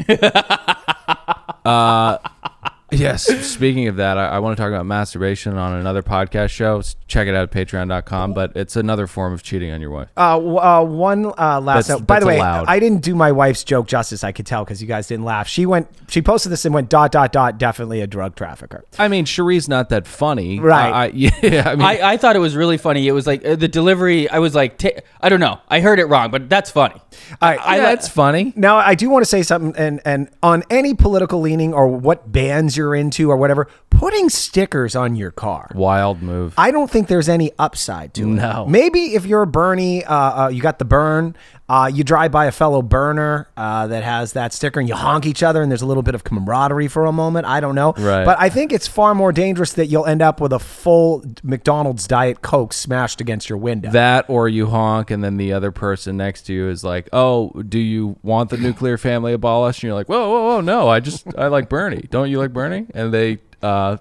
Speaker 2: Yes. Speaking of that, I, I want to talk about masturbation on another podcast show. S- Check it out at patreon.com, but it's another form of cheating on your wife.
Speaker 3: uh, w- uh, one uh, last.
Speaker 2: That's-
Speaker 3: note. By
Speaker 2: that's
Speaker 3: the way,
Speaker 2: allowed.
Speaker 3: I didn't do my wife's joke justice. I could tell because you guys didn't laugh. She went. She posted this and went dot dot dot. Definitely a drug trafficker.
Speaker 2: I mean, Cherie's not that funny.
Speaker 3: Right.
Speaker 2: I, I- yeah. I mean,
Speaker 1: I, I thought it was really funny. It was like uh, the delivery. I was like, ta- I don't know. I heard it wrong, but that's funny.
Speaker 3: All right.
Speaker 1: I-
Speaker 2: yeah,
Speaker 1: let-
Speaker 2: it's funny.
Speaker 3: Now, I do want to say something, and and on any political leaning or what bands you're into or whatever, putting stickers on your car.
Speaker 2: Wild move.
Speaker 3: I don't think there's any upside to it.
Speaker 2: No.
Speaker 3: Maybe if you're a Bernie, uh, uh, you got the burn. Uh, you drive by a fellow burner uh, that has that sticker, and you honk each other, and there's a little bit of camaraderie for a moment. I don't know,
Speaker 2: Right.
Speaker 3: but I think it's far more dangerous that you'll end up with a full McDonald's Diet Coke smashed against your window.
Speaker 2: that or you honk, and then the other person next to you is like, "Oh, do you want the nuclear family abolished?" And you're like, "Whoa, whoa, whoa, no! I just I like Bernie. Don't you like Bernie?" And they uh,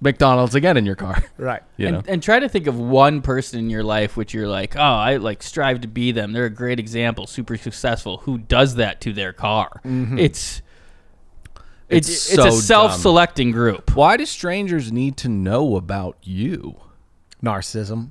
Speaker 2: McDonald's again in your car.
Speaker 3: right.
Speaker 2: You know.
Speaker 1: And, and try to think of one person in your life which you're like, oh, I like strive to be them. They're a great example, super successful. Who does that to their car? It's it's it's,
Speaker 2: Mm-hmm. It's so
Speaker 1: a
Speaker 2: dumb.
Speaker 1: self-selecting group.
Speaker 2: Why do strangers need to know about you?
Speaker 3: Narcissism.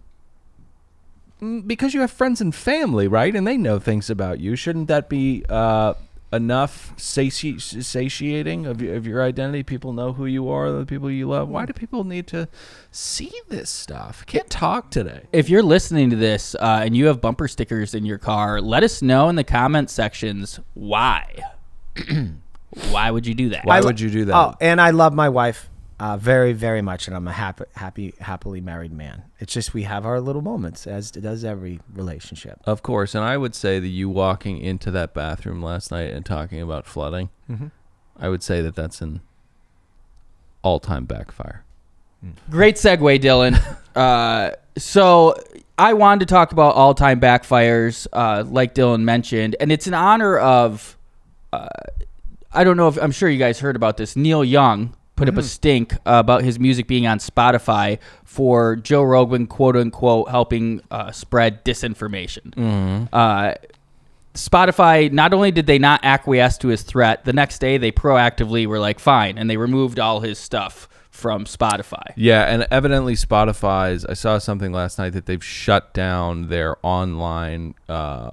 Speaker 2: because you have friends and family, right? And they know things about you. Shouldn't that be uh, enough sati- satiating of, y- of your identity? People know who you are, the people you love. Why do people need to see this stuff? Can't talk today.
Speaker 1: If you're listening to this uh, and you have bumper stickers in your car, let us know in the comment sections why. why would you do that?
Speaker 2: Why would you do that?
Speaker 3: Oh, and I love my wife. Uh, very, very much, and I'm a happy, happy, happily married man. It's just we have our little moments, as does every relationship.
Speaker 2: Of course, and I would say that you walking into that bathroom last night and talking about flooding, I would say that that's an all-time backfire.
Speaker 1: Great segue, Dylan. Uh, so I wanted to talk about all-time backfires, uh, like Dylan mentioned, and it's in honor of. Uh, I don't know if I'm sure you guys heard about this. Neil Young put up a stink uh, about his music being on Spotify for Joe Rogan, quote unquote, helping uh, spread disinformation. Uh, Spotify, not only did they not acquiesce to his threat, the next day they proactively were like, fine, and they removed all his stuff from Spotify.
Speaker 2: Yeah, and evidently Spotify's. I saw something last night that they've shut down their online uh,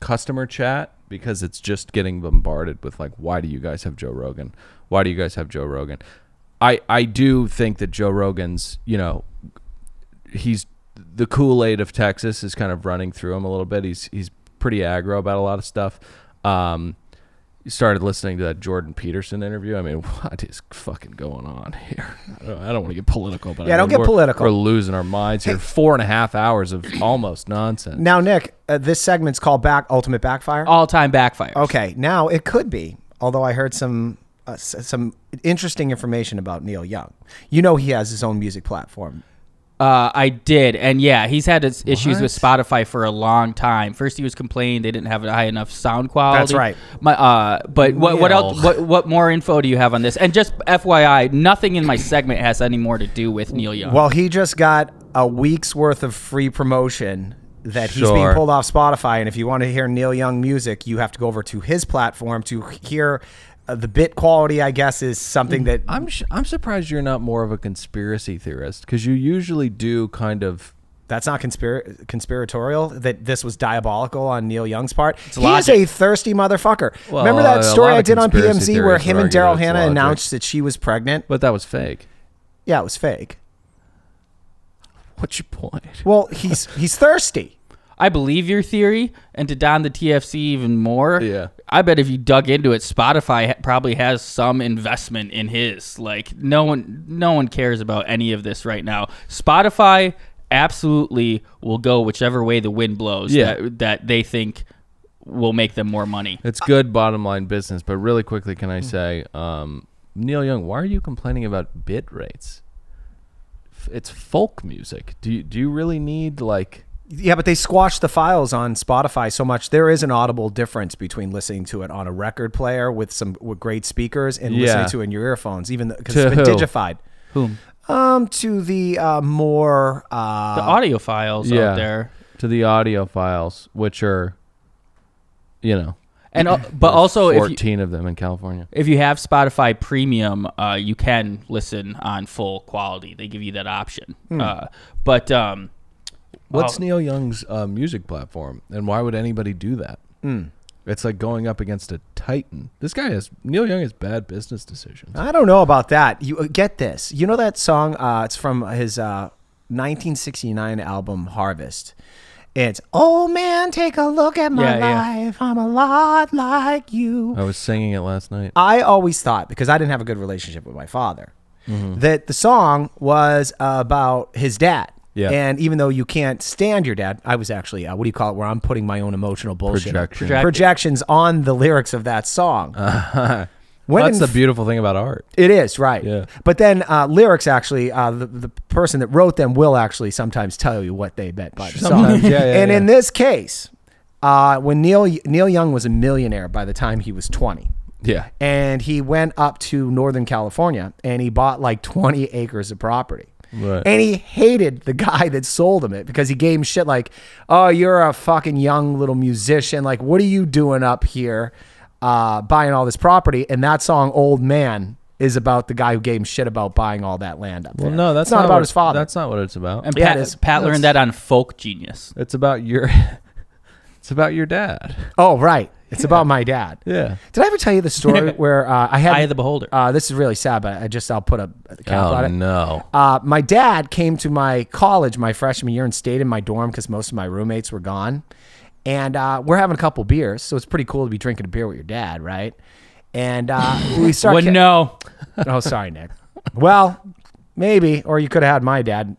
Speaker 2: customer chat because it's just getting bombarded with like, why do you guys have Joe Rogan? Why do you guys have Joe Rogan? I I do think that Joe Rogan's, you know, he's the Kool Aid of Texas is kind of running through him a little bit. He's he's pretty aggro about a lot of stuff. Um, you started listening to that Jordan Peterson interview. I mean, what is fucking going on here? I don't, I don't want to get political, but
Speaker 3: Yeah,
Speaker 2: I
Speaker 3: don't
Speaker 2: mean,
Speaker 3: get
Speaker 2: we're-
Speaker 3: political.
Speaker 2: We're losing our minds here. Four and a half hours of almost nonsense.
Speaker 3: Now, Nick, uh, this segment's called "Back Ultimate Backfire."
Speaker 1: All-time backfires.
Speaker 3: Okay, now it could be. Although I heard some uh, s- some interesting information about Neil Young. You know he has his own music platform.
Speaker 1: Uh, I did, and yeah, he's had his issues with Spotify for a long time. First, he was complaining they didn't have high enough sound quality.
Speaker 3: That's right.
Speaker 1: My, uh, but what what
Speaker 2: No.
Speaker 1: else? What, what more info do you have on this? And just FYI, nothing in my segment has any more to do with Neil
Speaker 2: Uh-huh.
Speaker 1: Young.
Speaker 3: Well, he just got a week's worth of free promotion that he's being
Speaker 2: Sure.
Speaker 3: pulled off Spotify. And if you want to hear Neil Young music, you have to go over to his platform to hear. Uh, the bit quality, I guess, is something that
Speaker 2: I'm sh- I'm surprised you're not more of a conspiracy theorist because you usually do kind of.
Speaker 3: that's not conspira- conspiratorial. That this was diabolical on Neil Young's part. He's
Speaker 1: logic.
Speaker 3: a thirsty motherfucker.
Speaker 2: Well,
Speaker 3: Remember that
Speaker 2: a
Speaker 3: story
Speaker 2: lot
Speaker 3: I
Speaker 2: of
Speaker 3: did on
Speaker 2: conspiracy
Speaker 3: PMZ where
Speaker 2: theorists
Speaker 3: him
Speaker 2: would
Speaker 3: and
Speaker 2: argue
Speaker 3: Daryl
Speaker 2: that's
Speaker 3: Hannah
Speaker 2: logic.
Speaker 3: announced that she was pregnant?
Speaker 2: But that was fake.
Speaker 3: Yeah, it was fake.
Speaker 2: What's your point?
Speaker 3: Well, he's he's thirsty.
Speaker 1: I believe your theory, and to don the TFC even more.
Speaker 2: Yeah.
Speaker 1: I bet if you dug into it, Spotify ha- probably has some investment in his. Like no one, no one cares about any of this right now. Spotify absolutely will go whichever way the wind blows.
Speaker 2: Yeah.
Speaker 1: that, that they think will make them more money.
Speaker 2: It's good bottom line business, but really quickly, can I
Speaker 1: Hmm.
Speaker 2: say, um, Neil Young, why are you complaining about bit rates? F- It's folk music. Do you do you really need like?
Speaker 3: Yeah, but they squash the files on Spotify so much. There is an audible difference between listening to it on a record player with some with great speakers and
Speaker 2: Yeah.
Speaker 3: listening to it in your earphones, even because
Speaker 2: To
Speaker 3: it's been
Speaker 2: who?
Speaker 3: digified.
Speaker 1: Whom
Speaker 3: Um, to the uh, more uh,
Speaker 1: the audio files
Speaker 2: yeah.
Speaker 1: out there,
Speaker 2: to the audio files, which are, you know,
Speaker 1: and uh, but also if you,
Speaker 2: fourteen of them in California.
Speaker 1: if you have Spotify Premium, uh, you can listen on full quality. They give you that option.
Speaker 2: Hmm.
Speaker 1: Uh, but um,
Speaker 2: What's Neil Young's uh, music platform, and why would anybody do that?
Speaker 1: Hmm.
Speaker 2: It's like going up against a titan. This guy has Neil Young has bad business decisions.
Speaker 3: I don't know about that. You uh, get this. You know that song? Uh, it's from his uh, 1969 album Harvest. It's oh man, take a look at my
Speaker 1: Yeah, yeah.
Speaker 3: life. I'm a lot like you.
Speaker 2: I was singing it last night.
Speaker 3: I always thought because I didn't have a good relationship with my father
Speaker 2: Mm-hmm.
Speaker 3: that the song was about his dad.
Speaker 2: Yeah.
Speaker 3: And even though you can't stand your dad, I was actually uh, what do you call it? Where I'm putting my own emotional bullshit
Speaker 2: Projection.
Speaker 1: Project-
Speaker 3: projections on the lyrics of that song. When
Speaker 2: That's
Speaker 3: in
Speaker 2: the beautiful thing about art.
Speaker 3: it is right.
Speaker 2: Yeah.
Speaker 3: But then uh, lyrics actually, uh, the, the person that wrote them will actually sometimes tell you what they meant by the song.
Speaker 2: Sometimes, yeah, yeah,
Speaker 3: and in
Speaker 2: yeah.
Speaker 3: this case, uh, when Neil Neil Young was a millionaire by the time he was twenty,
Speaker 2: Yeah.
Speaker 3: and he went up to Northern California and he bought like twenty acres of property.
Speaker 2: Right.
Speaker 3: And he hated the guy that sold him it because he gave him shit like, "Oh, you're a fucking young little musician. Like, what are you doing up here, uh, buying all this property?" And that song, "Old Man," is about the guy who gave him shit about buying all that land up there.
Speaker 2: Well, no, that's
Speaker 3: it's not, about
Speaker 2: what-
Speaker 3: his father.
Speaker 2: That's not what it's about.
Speaker 1: And
Speaker 3: Yeah,
Speaker 1: Pat,
Speaker 3: it is.
Speaker 1: Pat learned that on Folk Genius.
Speaker 2: It's about your. it's about your dad.
Speaker 3: oh, right. It's about my dad.
Speaker 2: Yeah.
Speaker 3: Did I ever tell you the story where uh, I had
Speaker 1: Eye of the Beholder.
Speaker 3: Uh, this is really sad, but I just I'll put a, a cap on
Speaker 2: Oh
Speaker 3: it.
Speaker 2: no.
Speaker 3: Uh, my dad came to my college my freshman year and stayed in my dorm because most of my roommates were gone. And uh, we're having a couple beers, so it's pretty cool to be drinking a beer with your dad, right? And uh, we start.
Speaker 1: Well, no,
Speaker 3: oh, sorry, Nick. Well, maybe, or you could have had my dad.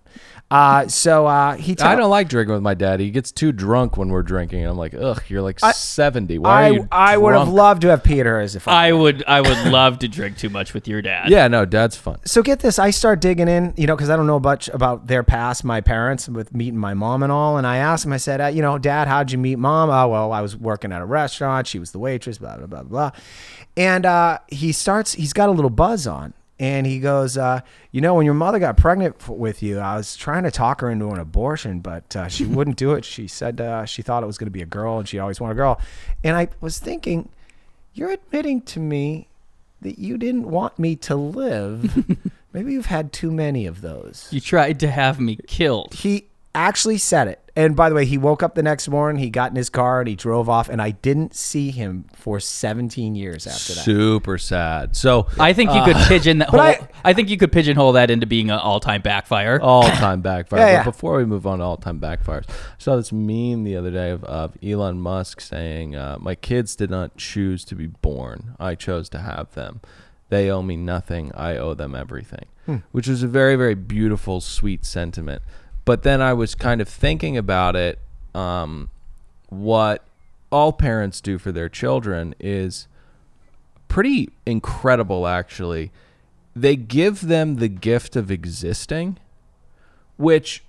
Speaker 3: Uh, so uh, he.
Speaker 2: I
Speaker 3: tell-
Speaker 2: don't like drinking with my dad. He gets too drunk when we're drinking, and I'm like, ugh, you're like 70. Why are
Speaker 3: I
Speaker 2: you
Speaker 3: I would have
Speaker 2: drunk?"
Speaker 3: loved to have Peter as if
Speaker 1: I would I would love to drink too much with your dad.
Speaker 2: Yeah, no, dad's fun.
Speaker 3: so get this i start digging in you know because i don't know much about their past my parents with meeting my mom and all and i asked him i said uh, you know dad how'd you meet mom oh well i was working at a restaurant she was the waitress blah blah blah blah and uh, he starts he's got a little buzz on and he goes uh, you know when your mother got pregnant f- with you i was trying to talk her into an abortion but uh, she wouldn't do it she said uh, she thought it was going to be a girl and she always wanted a girl and i was thinking you're admitting to me that you didn't want me to live. Maybe you've had too many of those.
Speaker 1: You tried to have me killed.
Speaker 3: He actually said it. And by the way, he woke up the next morning, he got in his car and he drove off, and I didn't see him for 17 years after that.
Speaker 2: Super sad. So
Speaker 1: I think you could pigeon that
Speaker 3: I-
Speaker 1: Uh, I, Oh. think you could pigeonhole that into being an all time backfire.
Speaker 2: all time backfire.
Speaker 3: Yeah, yeah.
Speaker 2: But before we move on to all time backfires, I saw this meme the other day of, of Elon Musk saying, uh, "My kids did not choose to be born. I chose to have them. They owe me nothing. I owe them everything,"
Speaker 3: Hmm.
Speaker 2: which was a very, very beautiful, sweet sentiment. But then I was kind of thinking about it. Um, what all parents do for their children is pretty incredible, actually. They give them the gift of existing which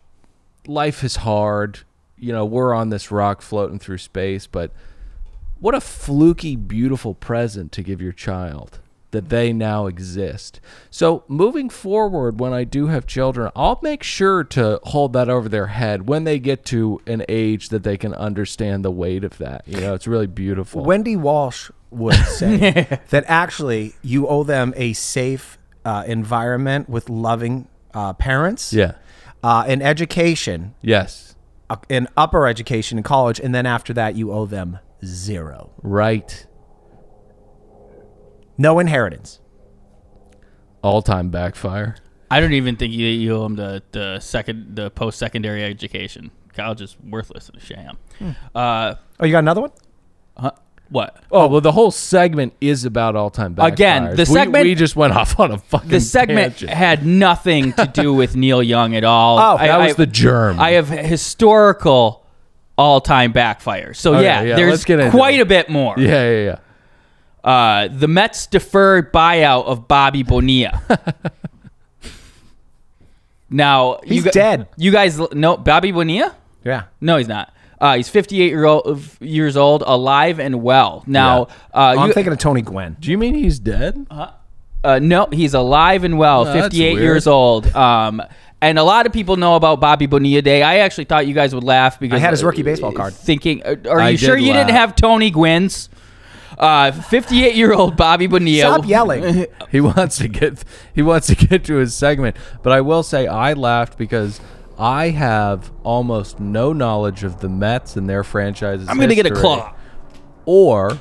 Speaker 2: life is hard. You know, we're on this rock floating through space, but what a fluky, beautiful present to give your child that they now exist. So, moving forward, when I do have children, I'll make sure to hold that over their head when they get to an age that they can understand the weight of that. You know, it's really beautiful.
Speaker 3: Wendy Walsh would say that actually you owe them a safe uh, environment with loving uh, parents,
Speaker 2: yeah.
Speaker 3: uh, an education,
Speaker 2: Yes.
Speaker 3: uh, an upper education in college, and then after that, you owe them zero.
Speaker 2: Right.
Speaker 3: No inheritance.
Speaker 2: All time backfire.
Speaker 1: I don't even think you, you owe him the, the second the post secondary education. College is worthless and a sham. Uh,
Speaker 3: Oh, you got another one?
Speaker 1: huh? what?
Speaker 2: Oh well, the whole segment is about all-time backfires.
Speaker 1: Again, the
Speaker 2: We-
Speaker 1: segment-
Speaker 2: we, just went off on a fucking
Speaker 1: The segment
Speaker 2: tangent.
Speaker 1: had nothing to do with Neil Young at all.
Speaker 3: Oh,
Speaker 2: that was the germ.
Speaker 1: I have historical all time backfire. So
Speaker 2: Okay,
Speaker 1: yeah,
Speaker 2: yeah, let's
Speaker 1: there's
Speaker 2: get into
Speaker 1: quite
Speaker 2: it.
Speaker 1: a bit more.
Speaker 2: yeah, yeah, yeah.
Speaker 1: Uh, the Mets deferred buyout of Bobby Bonilla. now you
Speaker 3: He's
Speaker 1: gu-
Speaker 3: dead.
Speaker 1: You guys l- know Bobby Bonilla?
Speaker 3: Yeah.
Speaker 1: No, he's not. Uh, he's 58 year old, years old, alive and well. Now, uh,
Speaker 3: I'm
Speaker 1: you-
Speaker 3: thinking of Tony Gwen.
Speaker 2: Do you mean he's dead?
Speaker 1: uh, no, he's alive and well,
Speaker 2: that's
Speaker 1: 58
Speaker 2: weird.
Speaker 1: years old. Um, and a lot of people know about Bobby Bonilla Day. I actually thought you guys would laugh because
Speaker 3: I had his rookie
Speaker 1: uh,
Speaker 3: baseball card.
Speaker 1: Thinking, are are
Speaker 2: I
Speaker 1: you sure
Speaker 2: did
Speaker 1: you didn't
Speaker 2: laugh.
Speaker 1: have Tony Gwynn's? Uh, 58 year old Bobby Bonilla.
Speaker 3: Stop yelling. Uh,
Speaker 2: He wants to get he wants to get to his segment. But I will say I laughed because I have almost no knowledge of the Mets and their franchises.
Speaker 1: I'm gonna get a
Speaker 2: history
Speaker 1: claw.
Speaker 2: or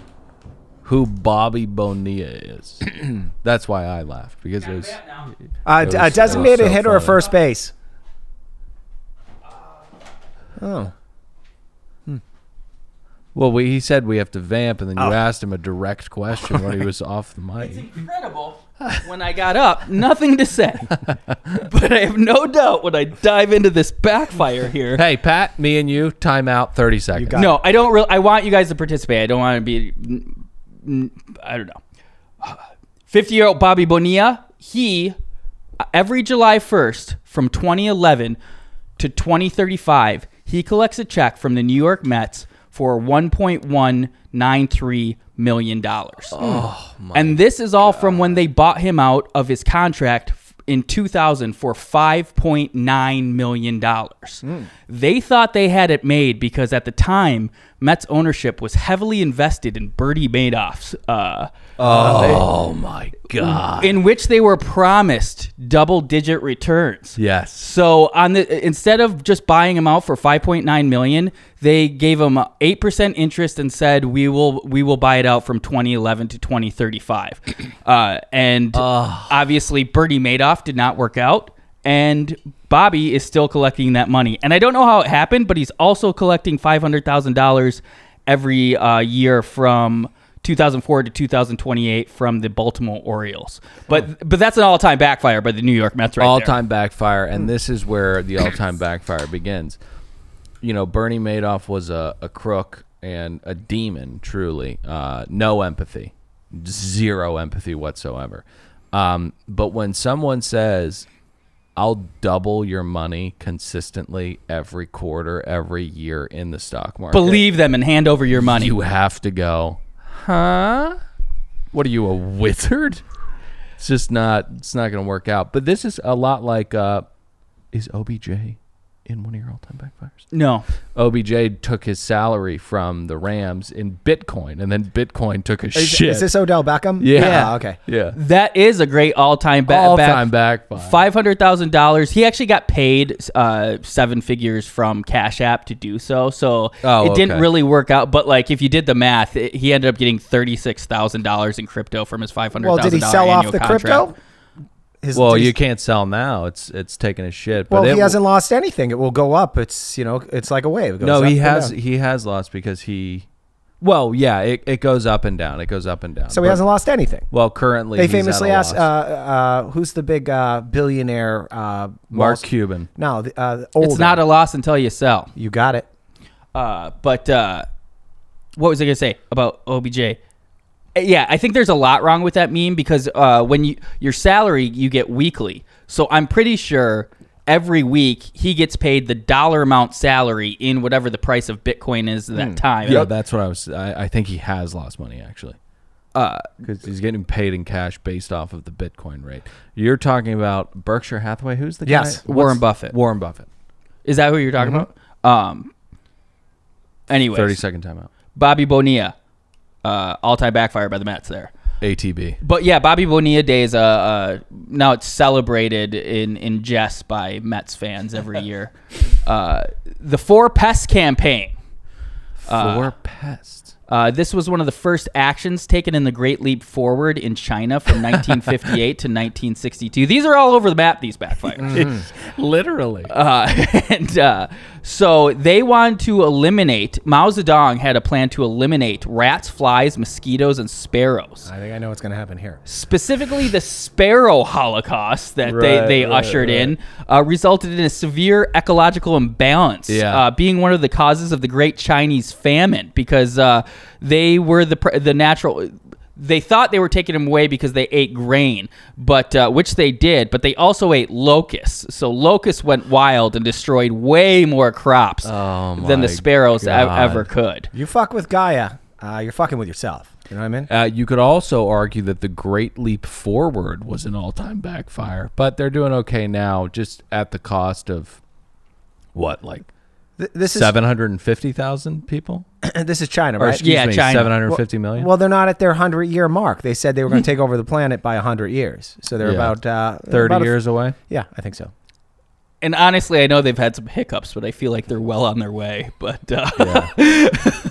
Speaker 2: who Bobby Bonilla is. That's why I laughed because it was It
Speaker 3: Uh, d-
Speaker 2: was-
Speaker 3: a
Speaker 2: it was
Speaker 3: designated
Speaker 2: so
Speaker 3: hitter or
Speaker 2: funny.
Speaker 3: first base? Oh.
Speaker 2: Hmm. well. We, he said we have to vamp, and then you
Speaker 3: Oh.
Speaker 2: asked him a direct question when he was off the mic.
Speaker 1: incredible. When I got up, nothing to say. but I have no doubt when I dive into this backfire here.
Speaker 2: Hey, Pat, me and you, time out 30 seconds.
Speaker 3: got
Speaker 1: No, I don't really. I want you guys to participate. I don't want to be. mm, mm, I don't know. Fifty-year-old Bobby Bonilla. He uh, every July first from 2011 to 2035, he collects a check from the New York Mets for 1.193 million dollars. Oh my! And this is all from when they bought him out of his contract f- in 2000 for 5.9 million dollars. They thought they had it made because at the time Mets ownership was heavily invested in Bertie Madoff's uh,
Speaker 2: Oh my god.
Speaker 1: in which they were promised double digit returns.
Speaker 2: Yes.
Speaker 1: So on the instead of just buying him out for 5.9 million, they gave him 8% interest and said we will we will buy it out from 2011 to 2035. Uh, and obviously Bernie Madoff did not work out and Bobby is still collecting that money. And I don't know how it happened, but he's also collecting $500,000 every uh, year from 2004 to 2028 from the Baltimore Orioles. But but that's an all-time backfire by the New York Mets right there. Hmm.
Speaker 2: all time backfire, and this is where the all time backfire begins. You know, Bernie Madoff was a, a crook and a demon, truly. Uh, no empathy, zero empathy whatsoever. Um, but when someone says, I'll double your money consistently every quarter, every year in the stock market,
Speaker 1: Believe them and hand over your money.
Speaker 2: you have to go, huh? What are you, a wizard? It's just not. It's not going to work out. But this is a lot like, uh, is OBJ in one of your all-time backfires?
Speaker 1: no.
Speaker 2: OBJ took his salary from the Rams in Bitcoin, and then Bitcoin took his
Speaker 3: Is,
Speaker 2: shit.
Speaker 3: is this Odell Beckham?
Speaker 2: yeah.
Speaker 3: Ah, okay.
Speaker 2: Yeah.
Speaker 1: That is a great all-time ba-
Speaker 2: All-time backfire.
Speaker 1: Five hundred thousand dollars. He actually got paid uh, seven figures from Cash App to do so. So
Speaker 2: Oh,
Speaker 1: it didn't
Speaker 2: okay.
Speaker 1: really work out. But like, if you did the math, it, he ended up getting thirty-six thousand dollars in crypto from his five hundred
Speaker 3: Well,
Speaker 1: thousand
Speaker 3: did he
Speaker 1: dollars
Speaker 3: sell off the crypto? His-
Speaker 2: Well,
Speaker 3: did he-
Speaker 2: you can't sell now. It's it's taking a shit. But
Speaker 3: Well,
Speaker 2: it
Speaker 3: he
Speaker 2: will-
Speaker 3: hasn't lost anything. It will go up. It's you know, it's like a wave. It goes
Speaker 2: No,
Speaker 3: up
Speaker 2: he
Speaker 3: and
Speaker 2: has
Speaker 3: down.
Speaker 2: he has lost because he. Well, yeah, it, it goes up and down. It goes up and down.
Speaker 3: So he
Speaker 2: But-
Speaker 3: hasn't lost anything.
Speaker 2: Well, currently
Speaker 3: They
Speaker 2: he's at a
Speaker 3: famously asked, uh,
Speaker 2: loss.
Speaker 3: uh, "Who's the big uh, billionaire?" Uh,
Speaker 2: Mark
Speaker 3: Wall-
Speaker 2: Cuban.
Speaker 3: No, the, uh, the
Speaker 1: It's
Speaker 3: older.
Speaker 1: not a loss until you sell.
Speaker 3: You got it.
Speaker 1: Uh, but uh, what was I gonna say about OBJ? Uh, Yeah, I think there's a lot wrong with that meme because uh, when you your salary you get weekly, so I'm pretty sure every week he gets paid the dollar amount salary in whatever the price of Bitcoin is at that time.
Speaker 2: Yeah, that's what I was. I, I think he has lost money actually,
Speaker 1: Uh,
Speaker 2: because he's getting paid in cash based off of the Bitcoin rate. You're talking about Berkshire Hathaway. Who's the
Speaker 3: Yes.
Speaker 2: guy?
Speaker 1: Warren
Speaker 2: What's-
Speaker 1: Buffett.
Speaker 2: Warren Buffett.
Speaker 1: is that who you're talking about? Um.
Speaker 2: Thirty
Speaker 1: Anyways,
Speaker 2: second timeout.
Speaker 1: Bobby Bonilla, uh, all-time backfire by the Mets there.
Speaker 2: ATB.
Speaker 1: But yeah, Bobby Bonilla Day is uh, uh now it's celebrated in in jest by Mets fans every year. Uh, the Four Pests campaign.
Speaker 2: Four pests.
Speaker 1: Uh, this was one of the first actions taken in the Great Leap Forward in China from 1958 to 1962. These are all over the map. These backfires.
Speaker 2: Literally.
Speaker 1: Uh, and uh, so they wanted to eliminate. Mao Zedong had a plan to eliminate rats, flies, mosquitoes, and sparrows.
Speaker 3: I think I know what's going to happen here.
Speaker 1: specifically the sparrow holocaust that
Speaker 2: Right,
Speaker 1: they, they
Speaker 2: right,
Speaker 1: ushered
Speaker 2: right.
Speaker 1: in uh, resulted in a severe ecological imbalance
Speaker 2: Yeah.
Speaker 1: uh, being one of the causes of the great chinese famine because uh, they were the, pr- the natural they thought they were taking them away because they ate grain but uh, which they did but they also ate locusts so locusts went wild and destroyed way more crops
Speaker 2: Oh
Speaker 1: than the
Speaker 2: my
Speaker 1: sparrows e-
Speaker 2: God.
Speaker 1: ever could
Speaker 3: You fuck with Gaia, uh, you're fucking with yourself. You know what I mean?
Speaker 2: Uh, you could also argue that the Great Leap Forward was an all time backfire, but they're doing okay now, just at the cost of what, like
Speaker 3: Th- this is
Speaker 2: seven hundred and fifty thousand people?
Speaker 3: this is China,
Speaker 2: Or
Speaker 3: right?
Speaker 2: excuse
Speaker 1: Uh, Yeah,
Speaker 2: me,
Speaker 1: China.
Speaker 2: seven hundred fifty million. Hmm.
Speaker 3: Well, they're not at their hundred year mark. They said they were going to take over the planet by hundred years, so they're
Speaker 2: Yeah.
Speaker 3: about uh,
Speaker 2: thirty
Speaker 3: about a-
Speaker 2: years away.
Speaker 3: yeah, I think so.
Speaker 1: and honestly i know they've had some hiccups but i feel like they're well on their way but uh,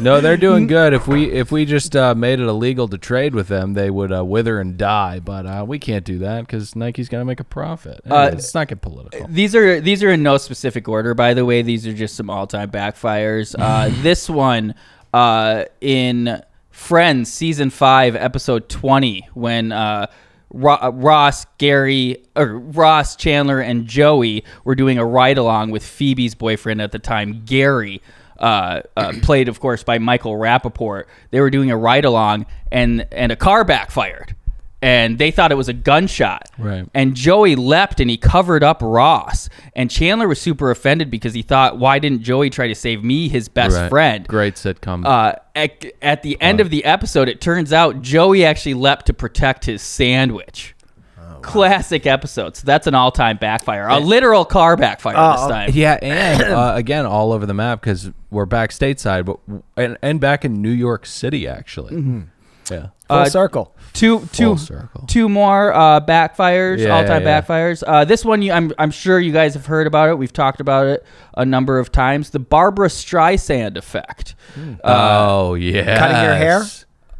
Speaker 2: No, they're doing good. If we if we just uh, made it illegal to trade with them, they would uh, wither and die. But uh, we can't do that because Nike's going to make a profit.
Speaker 1: Uh,
Speaker 2: Anyway, let's not get political.
Speaker 1: These are these are in no specific order, by the way. These are just some all time backfires. Uh, this one uh, in Friends season five, episode twenty, when uh, Ro- uh, Ross, Gary, or Ross, Chandler, and Joey were doing a ride along with Phoebe's boyfriend at the time, Gary. Uh, uh, played, of course, by Michael Rappaport. They were doing a ride along, and and a car backfired, and they thought it was a gunshot.
Speaker 2: Right.
Speaker 1: And Joey leapt and he covered up Ross. And Chandler was super offended because he thought, why didn't Joey try to save me, his best
Speaker 2: Right.
Speaker 1: friend?
Speaker 2: Great sitcom.
Speaker 1: Uh, at, at the end of the episode, it turns out Joey actually leapt to protect his sandwich.
Speaker 2: Oh,
Speaker 1: Classic episode. So that's an all time backfire.
Speaker 2: Eh.
Speaker 1: A literal car backfire this time.
Speaker 2: Yeah, and uh, again, all over the map because we're back stateside, but and, and back in New York City actually.
Speaker 1: Mm-hmm.
Speaker 2: Yeah,
Speaker 3: Full
Speaker 1: Uh,
Speaker 3: circle.
Speaker 1: Two, two,
Speaker 2: circle.
Speaker 1: two more uh, backfires,
Speaker 2: Yeah,
Speaker 1: all-time
Speaker 2: yeah.
Speaker 1: backfires. Uh, this one, you, I'm I'm sure you guys have heard about it. We've talked about it a number of times. The Barbara Streisand effect.
Speaker 2: oh yeah,
Speaker 3: Cutting your hair?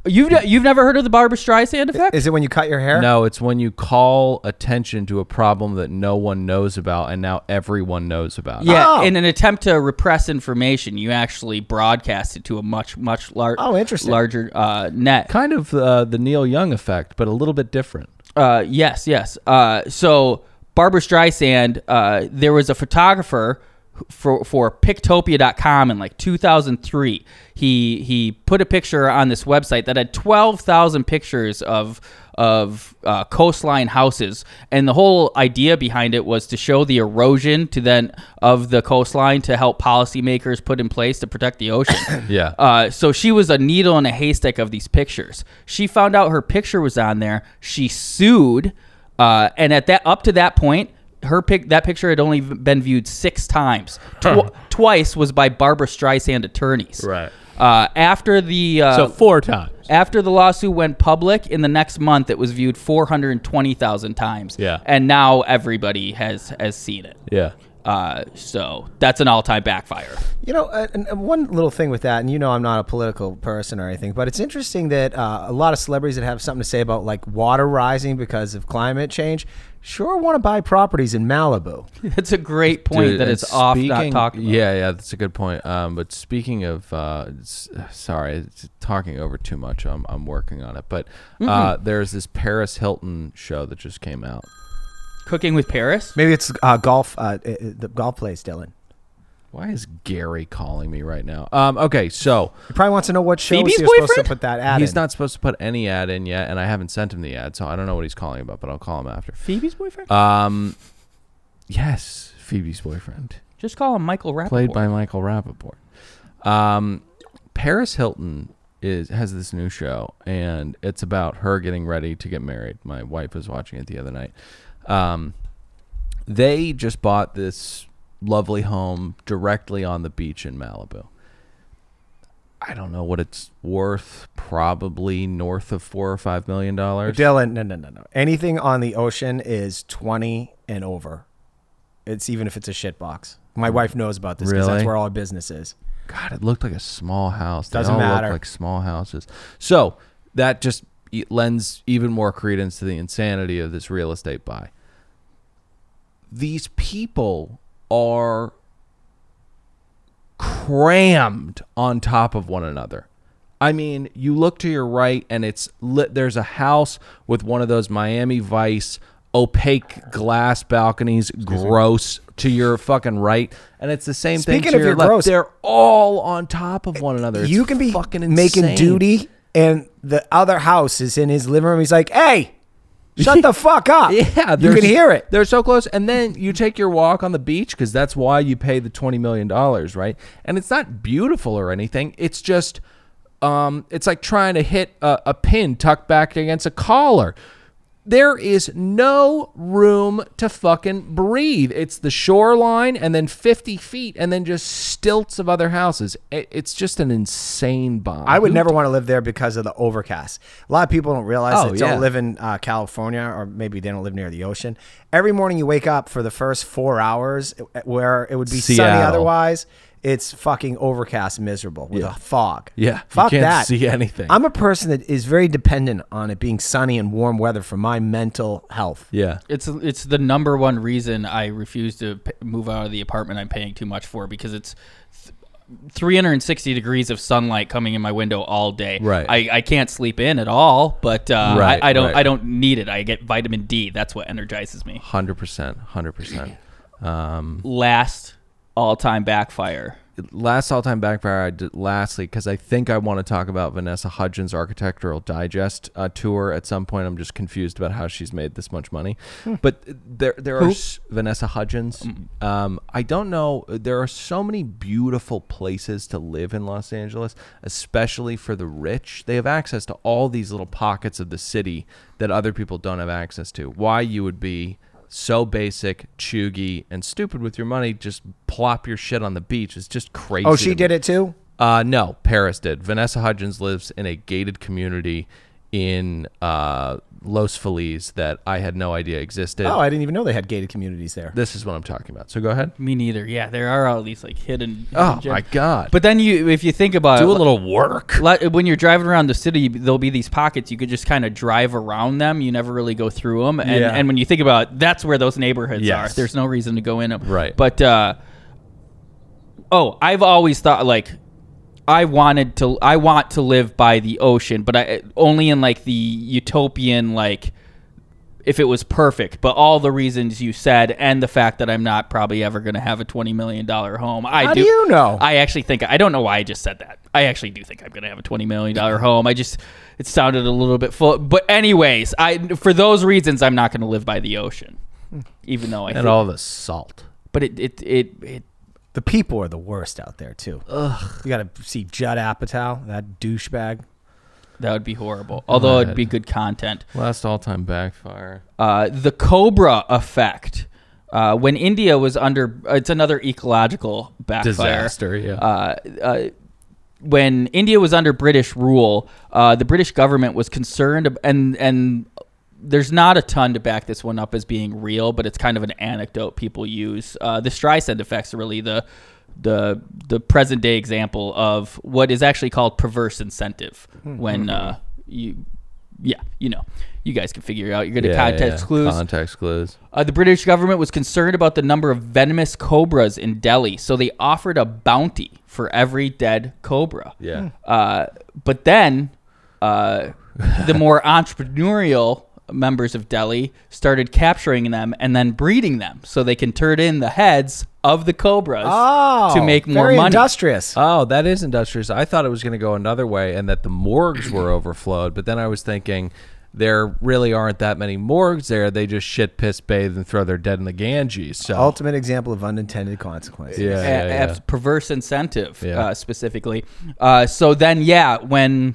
Speaker 1: You've you've never heard of the Barbara Streisand effect?
Speaker 3: Is it when you cut your hair?
Speaker 2: No, it's when you call attention to a problem that no one knows about, and now everyone knows about.
Speaker 1: yeah,
Speaker 3: Oh.
Speaker 1: in an attempt to repress information, you actually broadcast it to a much much larger
Speaker 3: Oh, interesting.
Speaker 1: larger uh, net.
Speaker 2: kind of uh, the Neil Young effect, but a little bit different.
Speaker 1: Uh, yes, yes. Uh, so Barbara Streisand, uh, there was a photographer who- for for Pictopia.com in like 2003. He he put a picture on this website that had 12,000 pictures of of uh, coastline houses, and the whole idea behind it was to show the erosion to then of the coastline to help policymakers put in place to protect the ocean.
Speaker 2: Yeah.
Speaker 1: Uh, so she was a needle in a haystack of these pictures. She found out her picture was on there. She sued, uh, and at that up to that point, her pic that picture had only been viewed six times. Tw- Twice was by Barbara Streisand attorneys.
Speaker 2: Right.
Speaker 1: Uh, after the uh,
Speaker 2: so four times.
Speaker 1: after the lawsuit went public in the next month, it was viewed 420,000 times.
Speaker 2: Yeah.
Speaker 1: And now everybody has has seen it.
Speaker 2: Yeah.
Speaker 1: Uh, so that's an all time backfire.
Speaker 3: You know, uh, and, uh, one little thing with that, and you know, I'm not a political person or anything, but it's interesting that uh, a lot of celebrities that have something to say about like water rising because of climate change sure want to buy properties in Malibu.
Speaker 1: That's a great point
Speaker 2: Dude,
Speaker 1: that
Speaker 2: and
Speaker 1: it's off not
Speaker 2: speaking-
Speaker 1: talking about.
Speaker 2: Yeah, yeah, that's a good point. Um, but speaking of, uh, s- sorry, it's talking over too much. I'm, I'm working on it. But uh,
Speaker 1: Mm-hmm.
Speaker 2: there's this Paris Hilton show that just came out.
Speaker 1: Cooking with Paris?
Speaker 3: Maybe it's uh, golf, uh, uh, uh, the golf place, Dylan.
Speaker 2: Why is Gary calling me right now? Um, okay, so
Speaker 3: He probably wants to know what shows
Speaker 1: Phoebe's
Speaker 3: you're supposed to
Speaker 1: boyfriend?
Speaker 3: put that ad
Speaker 2: he's
Speaker 3: in.
Speaker 2: not supposed to put any ad in yet, and I haven't sent him the ad, so I don't know what he's calling about. But I'll call him after.
Speaker 1: Phoebe's boyfriend?
Speaker 2: Um, yes, Phoebe's boyfriend.
Speaker 1: Just call him Michael Rappaport.
Speaker 2: played by Michael Rappaport. Um, Paris Hilton is has this new show, and it's about her getting ready to get married. My wife was watching it the other night. Um, they just bought this lovely home directly on the beach in Malibu. I don't know what it's worth. Probably north of four or five million dollars.
Speaker 3: Dylan, no, no, no, no. Anything on the ocean is 20 and over. It's even if it's a shit box. My wife knows about this because
Speaker 2: Really?
Speaker 3: that's where all our business is.
Speaker 2: God, it looked like a small house. They
Speaker 3: Doesn't
Speaker 2: all
Speaker 3: matter.
Speaker 2: Look like small houses. So that just e- lends even more credence to the insanity of this real estate buy. These people are crammed on top of one another. I mean, you look to your right and it's lit. There's a house with one of those Miami Vice opaque glass balconies, gross to your fucking right, and it's the same thing.
Speaker 3: Speaking
Speaker 2: to
Speaker 3: of
Speaker 2: your
Speaker 3: your
Speaker 2: left.
Speaker 3: gross-
Speaker 2: they're all on top of one another. It's
Speaker 3: you can be
Speaker 2: fucking
Speaker 3: making
Speaker 2: insane.
Speaker 3: duty, and the other house is in his living room. He's like, "Hey, shut the fuck up!"
Speaker 2: Yeah,
Speaker 3: you
Speaker 2: they're
Speaker 3: can
Speaker 2: s-
Speaker 3: hear it.
Speaker 2: They're so close, and then you take your walk on the beach because that's why you pay the twenty million dollars, right? And it's not beautiful or anything. It's just, um, it's like trying to hit a, a pin tucked back against a collar. There is no room to fucking breathe. It's the shoreline, and then fifty feet, and then just stilts of other houses. I- It's just an insane bomb.
Speaker 3: I would never want to live there because of the overcast. A lot of people don't realize
Speaker 2: Oh,
Speaker 3: that don't
Speaker 2: yeah.
Speaker 3: live in uh, California, or maybe they don't live near the ocean. Every morning you wake up for the first four hours, uh, where it would be sunny
Speaker 2: Seattle.
Speaker 3: otherwise. It's fucking overcast, miserable with a fog.
Speaker 2: Yeah, you
Speaker 3: fuck
Speaker 2: can't
Speaker 3: that.
Speaker 2: see anything.
Speaker 3: I'm a person that is very dependent on it being sunny and warm weather for my mental health.
Speaker 2: Yeah.
Speaker 1: It's it's the number one reason I refuse to p- move out of the apartment I'm paying too much for because it's th- 360 degrees of sunlight coming in my window all day.
Speaker 2: Right.
Speaker 1: I, I can't sleep in at all, but uh,
Speaker 2: Right,
Speaker 1: I, I don't
Speaker 2: right.
Speaker 1: I don't need it. I get vitamin D. That's what energizes me.
Speaker 2: Hundred percent, hundred percent.
Speaker 1: Last all time backfire.
Speaker 2: last all time backfire. I did lastly because I think I want to talk about Vanessa Hudgens' Architectural Digest uh, tour at some point. I'm just confused about how she's made this much money, but there there are s- Vanessa Hudgens. Um, I don't know. There are so many beautiful places to live in Los Angeles, especially for the rich. They have access to all these little pockets of the city that other people don't have access to. Why you would be so basic, chuggy, and stupid with your money. Just plop your shit on the beach. It's just crazy.
Speaker 3: Oh,
Speaker 2: to
Speaker 3: she
Speaker 2: me.
Speaker 3: did it too.
Speaker 2: Uh, no, Paris did. Vanessa Hudgens lives in a gated community in uh, Los Feliz that I had no idea existed.
Speaker 3: Oh, I didn't even know they had gated communities there.
Speaker 2: this is what I'm talking about. So go ahead.
Speaker 1: Me neither. Yeah, there are all these like hidden.
Speaker 2: Oh
Speaker 1: hidden gems.
Speaker 2: my god.
Speaker 1: But then you, if you think about
Speaker 2: do
Speaker 1: it,
Speaker 2: a little work.
Speaker 1: li- when you're driving around the city, there'll be these pockets. You could just kind of drive around them. You never really go through them. And,
Speaker 2: Yeah.
Speaker 1: and when you think about, it, that's where those neighborhoods
Speaker 2: Yes.
Speaker 1: are. There's no reason to go in them.
Speaker 2: Right.
Speaker 1: But uh, oh, I've always thought like I wanted to. I want to live by the ocean, but I only in like the utopian like if it was perfect, but all the reasons you said and the fact that I'm not probably ever going to have a $20 million home. I
Speaker 3: How do you know?
Speaker 1: I actually think, I don't know why I just said that. I actually do think I'm going to have a $20 million home. I just, it sounded a little bit full. But, anyways, I for those reasons, I'm not going to live by the ocean, even though I
Speaker 2: and
Speaker 1: think-
Speaker 2: all the salt.
Speaker 1: But it, it, it, it,
Speaker 3: The people are the worst out there too. Ugh. You got to see Judd Apatow, that douchebag.
Speaker 1: that would be horrible. Although it'd be good content.
Speaker 2: Last all time backfire.
Speaker 1: uh, the cobra effect. Uh, when India was under, it's another ecological backfire.
Speaker 2: Disaster, yeah.
Speaker 1: Uh, uh, when India was under British rule, uh, the British government was concerned, ab- and and there's not a ton to back this one up as being real, but it's kind of an anecdote people use. Uh, the Streisand effects are really the the the present day example of what is actually called perverse incentive when uh, you yeah you know you guys can figure it out you're gonna context clues
Speaker 2: Context clues.
Speaker 1: uh, the British government was concerned about the number of venomous cobras in Delhi, so they offered a bounty for every dead cobra.
Speaker 3: Hmm.
Speaker 2: Yeah.
Speaker 1: Uh, but then uh, the more entrepreneurial members of Delhi started capturing them and then breeding them so they can turn in the heads of the cobras
Speaker 3: Oh,
Speaker 1: to make more
Speaker 3: very
Speaker 1: money.
Speaker 3: Industrious.
Speaker 2: Oh, that is industrious. I thought it was going to go another way and that the morgues were overflowed, but then I was thinking there really aren't that many morgues there. They just shit, piss, bathe, and throw their dead in the Ganges. So
Speaker 3: Ultimate example of unintended consequences.
Speaker 2: Yeah,
Speaker 1: a-
Speaker 2: yeah, yeah.
Speaker 1: abs- perverse incentive
Speaker 2: Yeah.
Speaker 1: uh, specifically. Uh, so then, yeah, when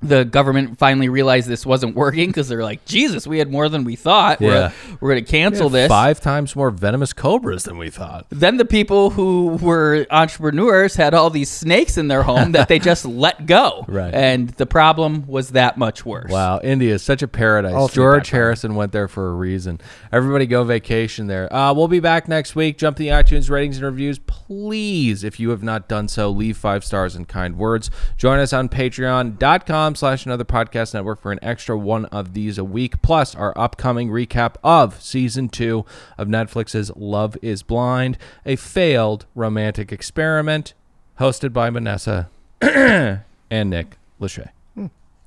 Speaker 1: the government finally realized this wasn't working because they're like, Jesus, we had more than we thought.
Speaker 2: Yeah.
Speaker 1: We're, we're going to cancel this.
Speaker 2: five times more venomous cobras than we thought.
Speaker 1: Then the people who were entrepreneurs had all these snakes in their home that they just let go.
Speaker 2: Right.
Speaker 1: And the problem was that much worse.
Speaker 2: Wow, India is such a paradise.
Speaker 3: Ultimate
Speaker 2: George
Speaker 3: background.
Speaker 2: Harrison went there for a reason. Everybody go vacation there. Uh, we'll be back next week. Jump to the iTunes ratings and reviews. Please, if you have not done so, leave five stars and kind words. Join us on patreon.com slash another podcast network for an extra one of these a week, plus our upcoming recap of season two of Netflix's Love is Blind, a failed romantic experiment hosted by Vanessa and Nick Lachey.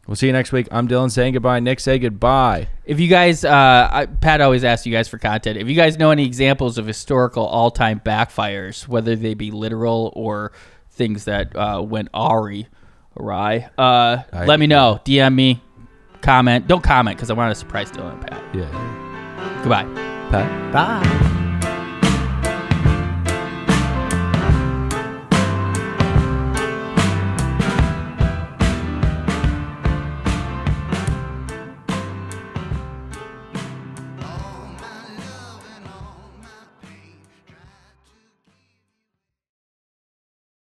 Speaker 2: We'll see you next week. I'm Dylan saying goodbye. Nick, say goodbye.
Speaker 1: If you guys, uh, I, Pat always asks you guys for content. If you guys know any examples of historical all-time backfires, whether they be literal or things that uh, went awry, awry, uh,
Speaker 2: I-
Speaker 1: let me know. DM me, comment. Don't comment because I want to surprise Dylan and Pat.
Speaker 2: Yeah.
Speaker 1: Goodbye.
Speaker 2: Pat?
Speaker 3: Bye.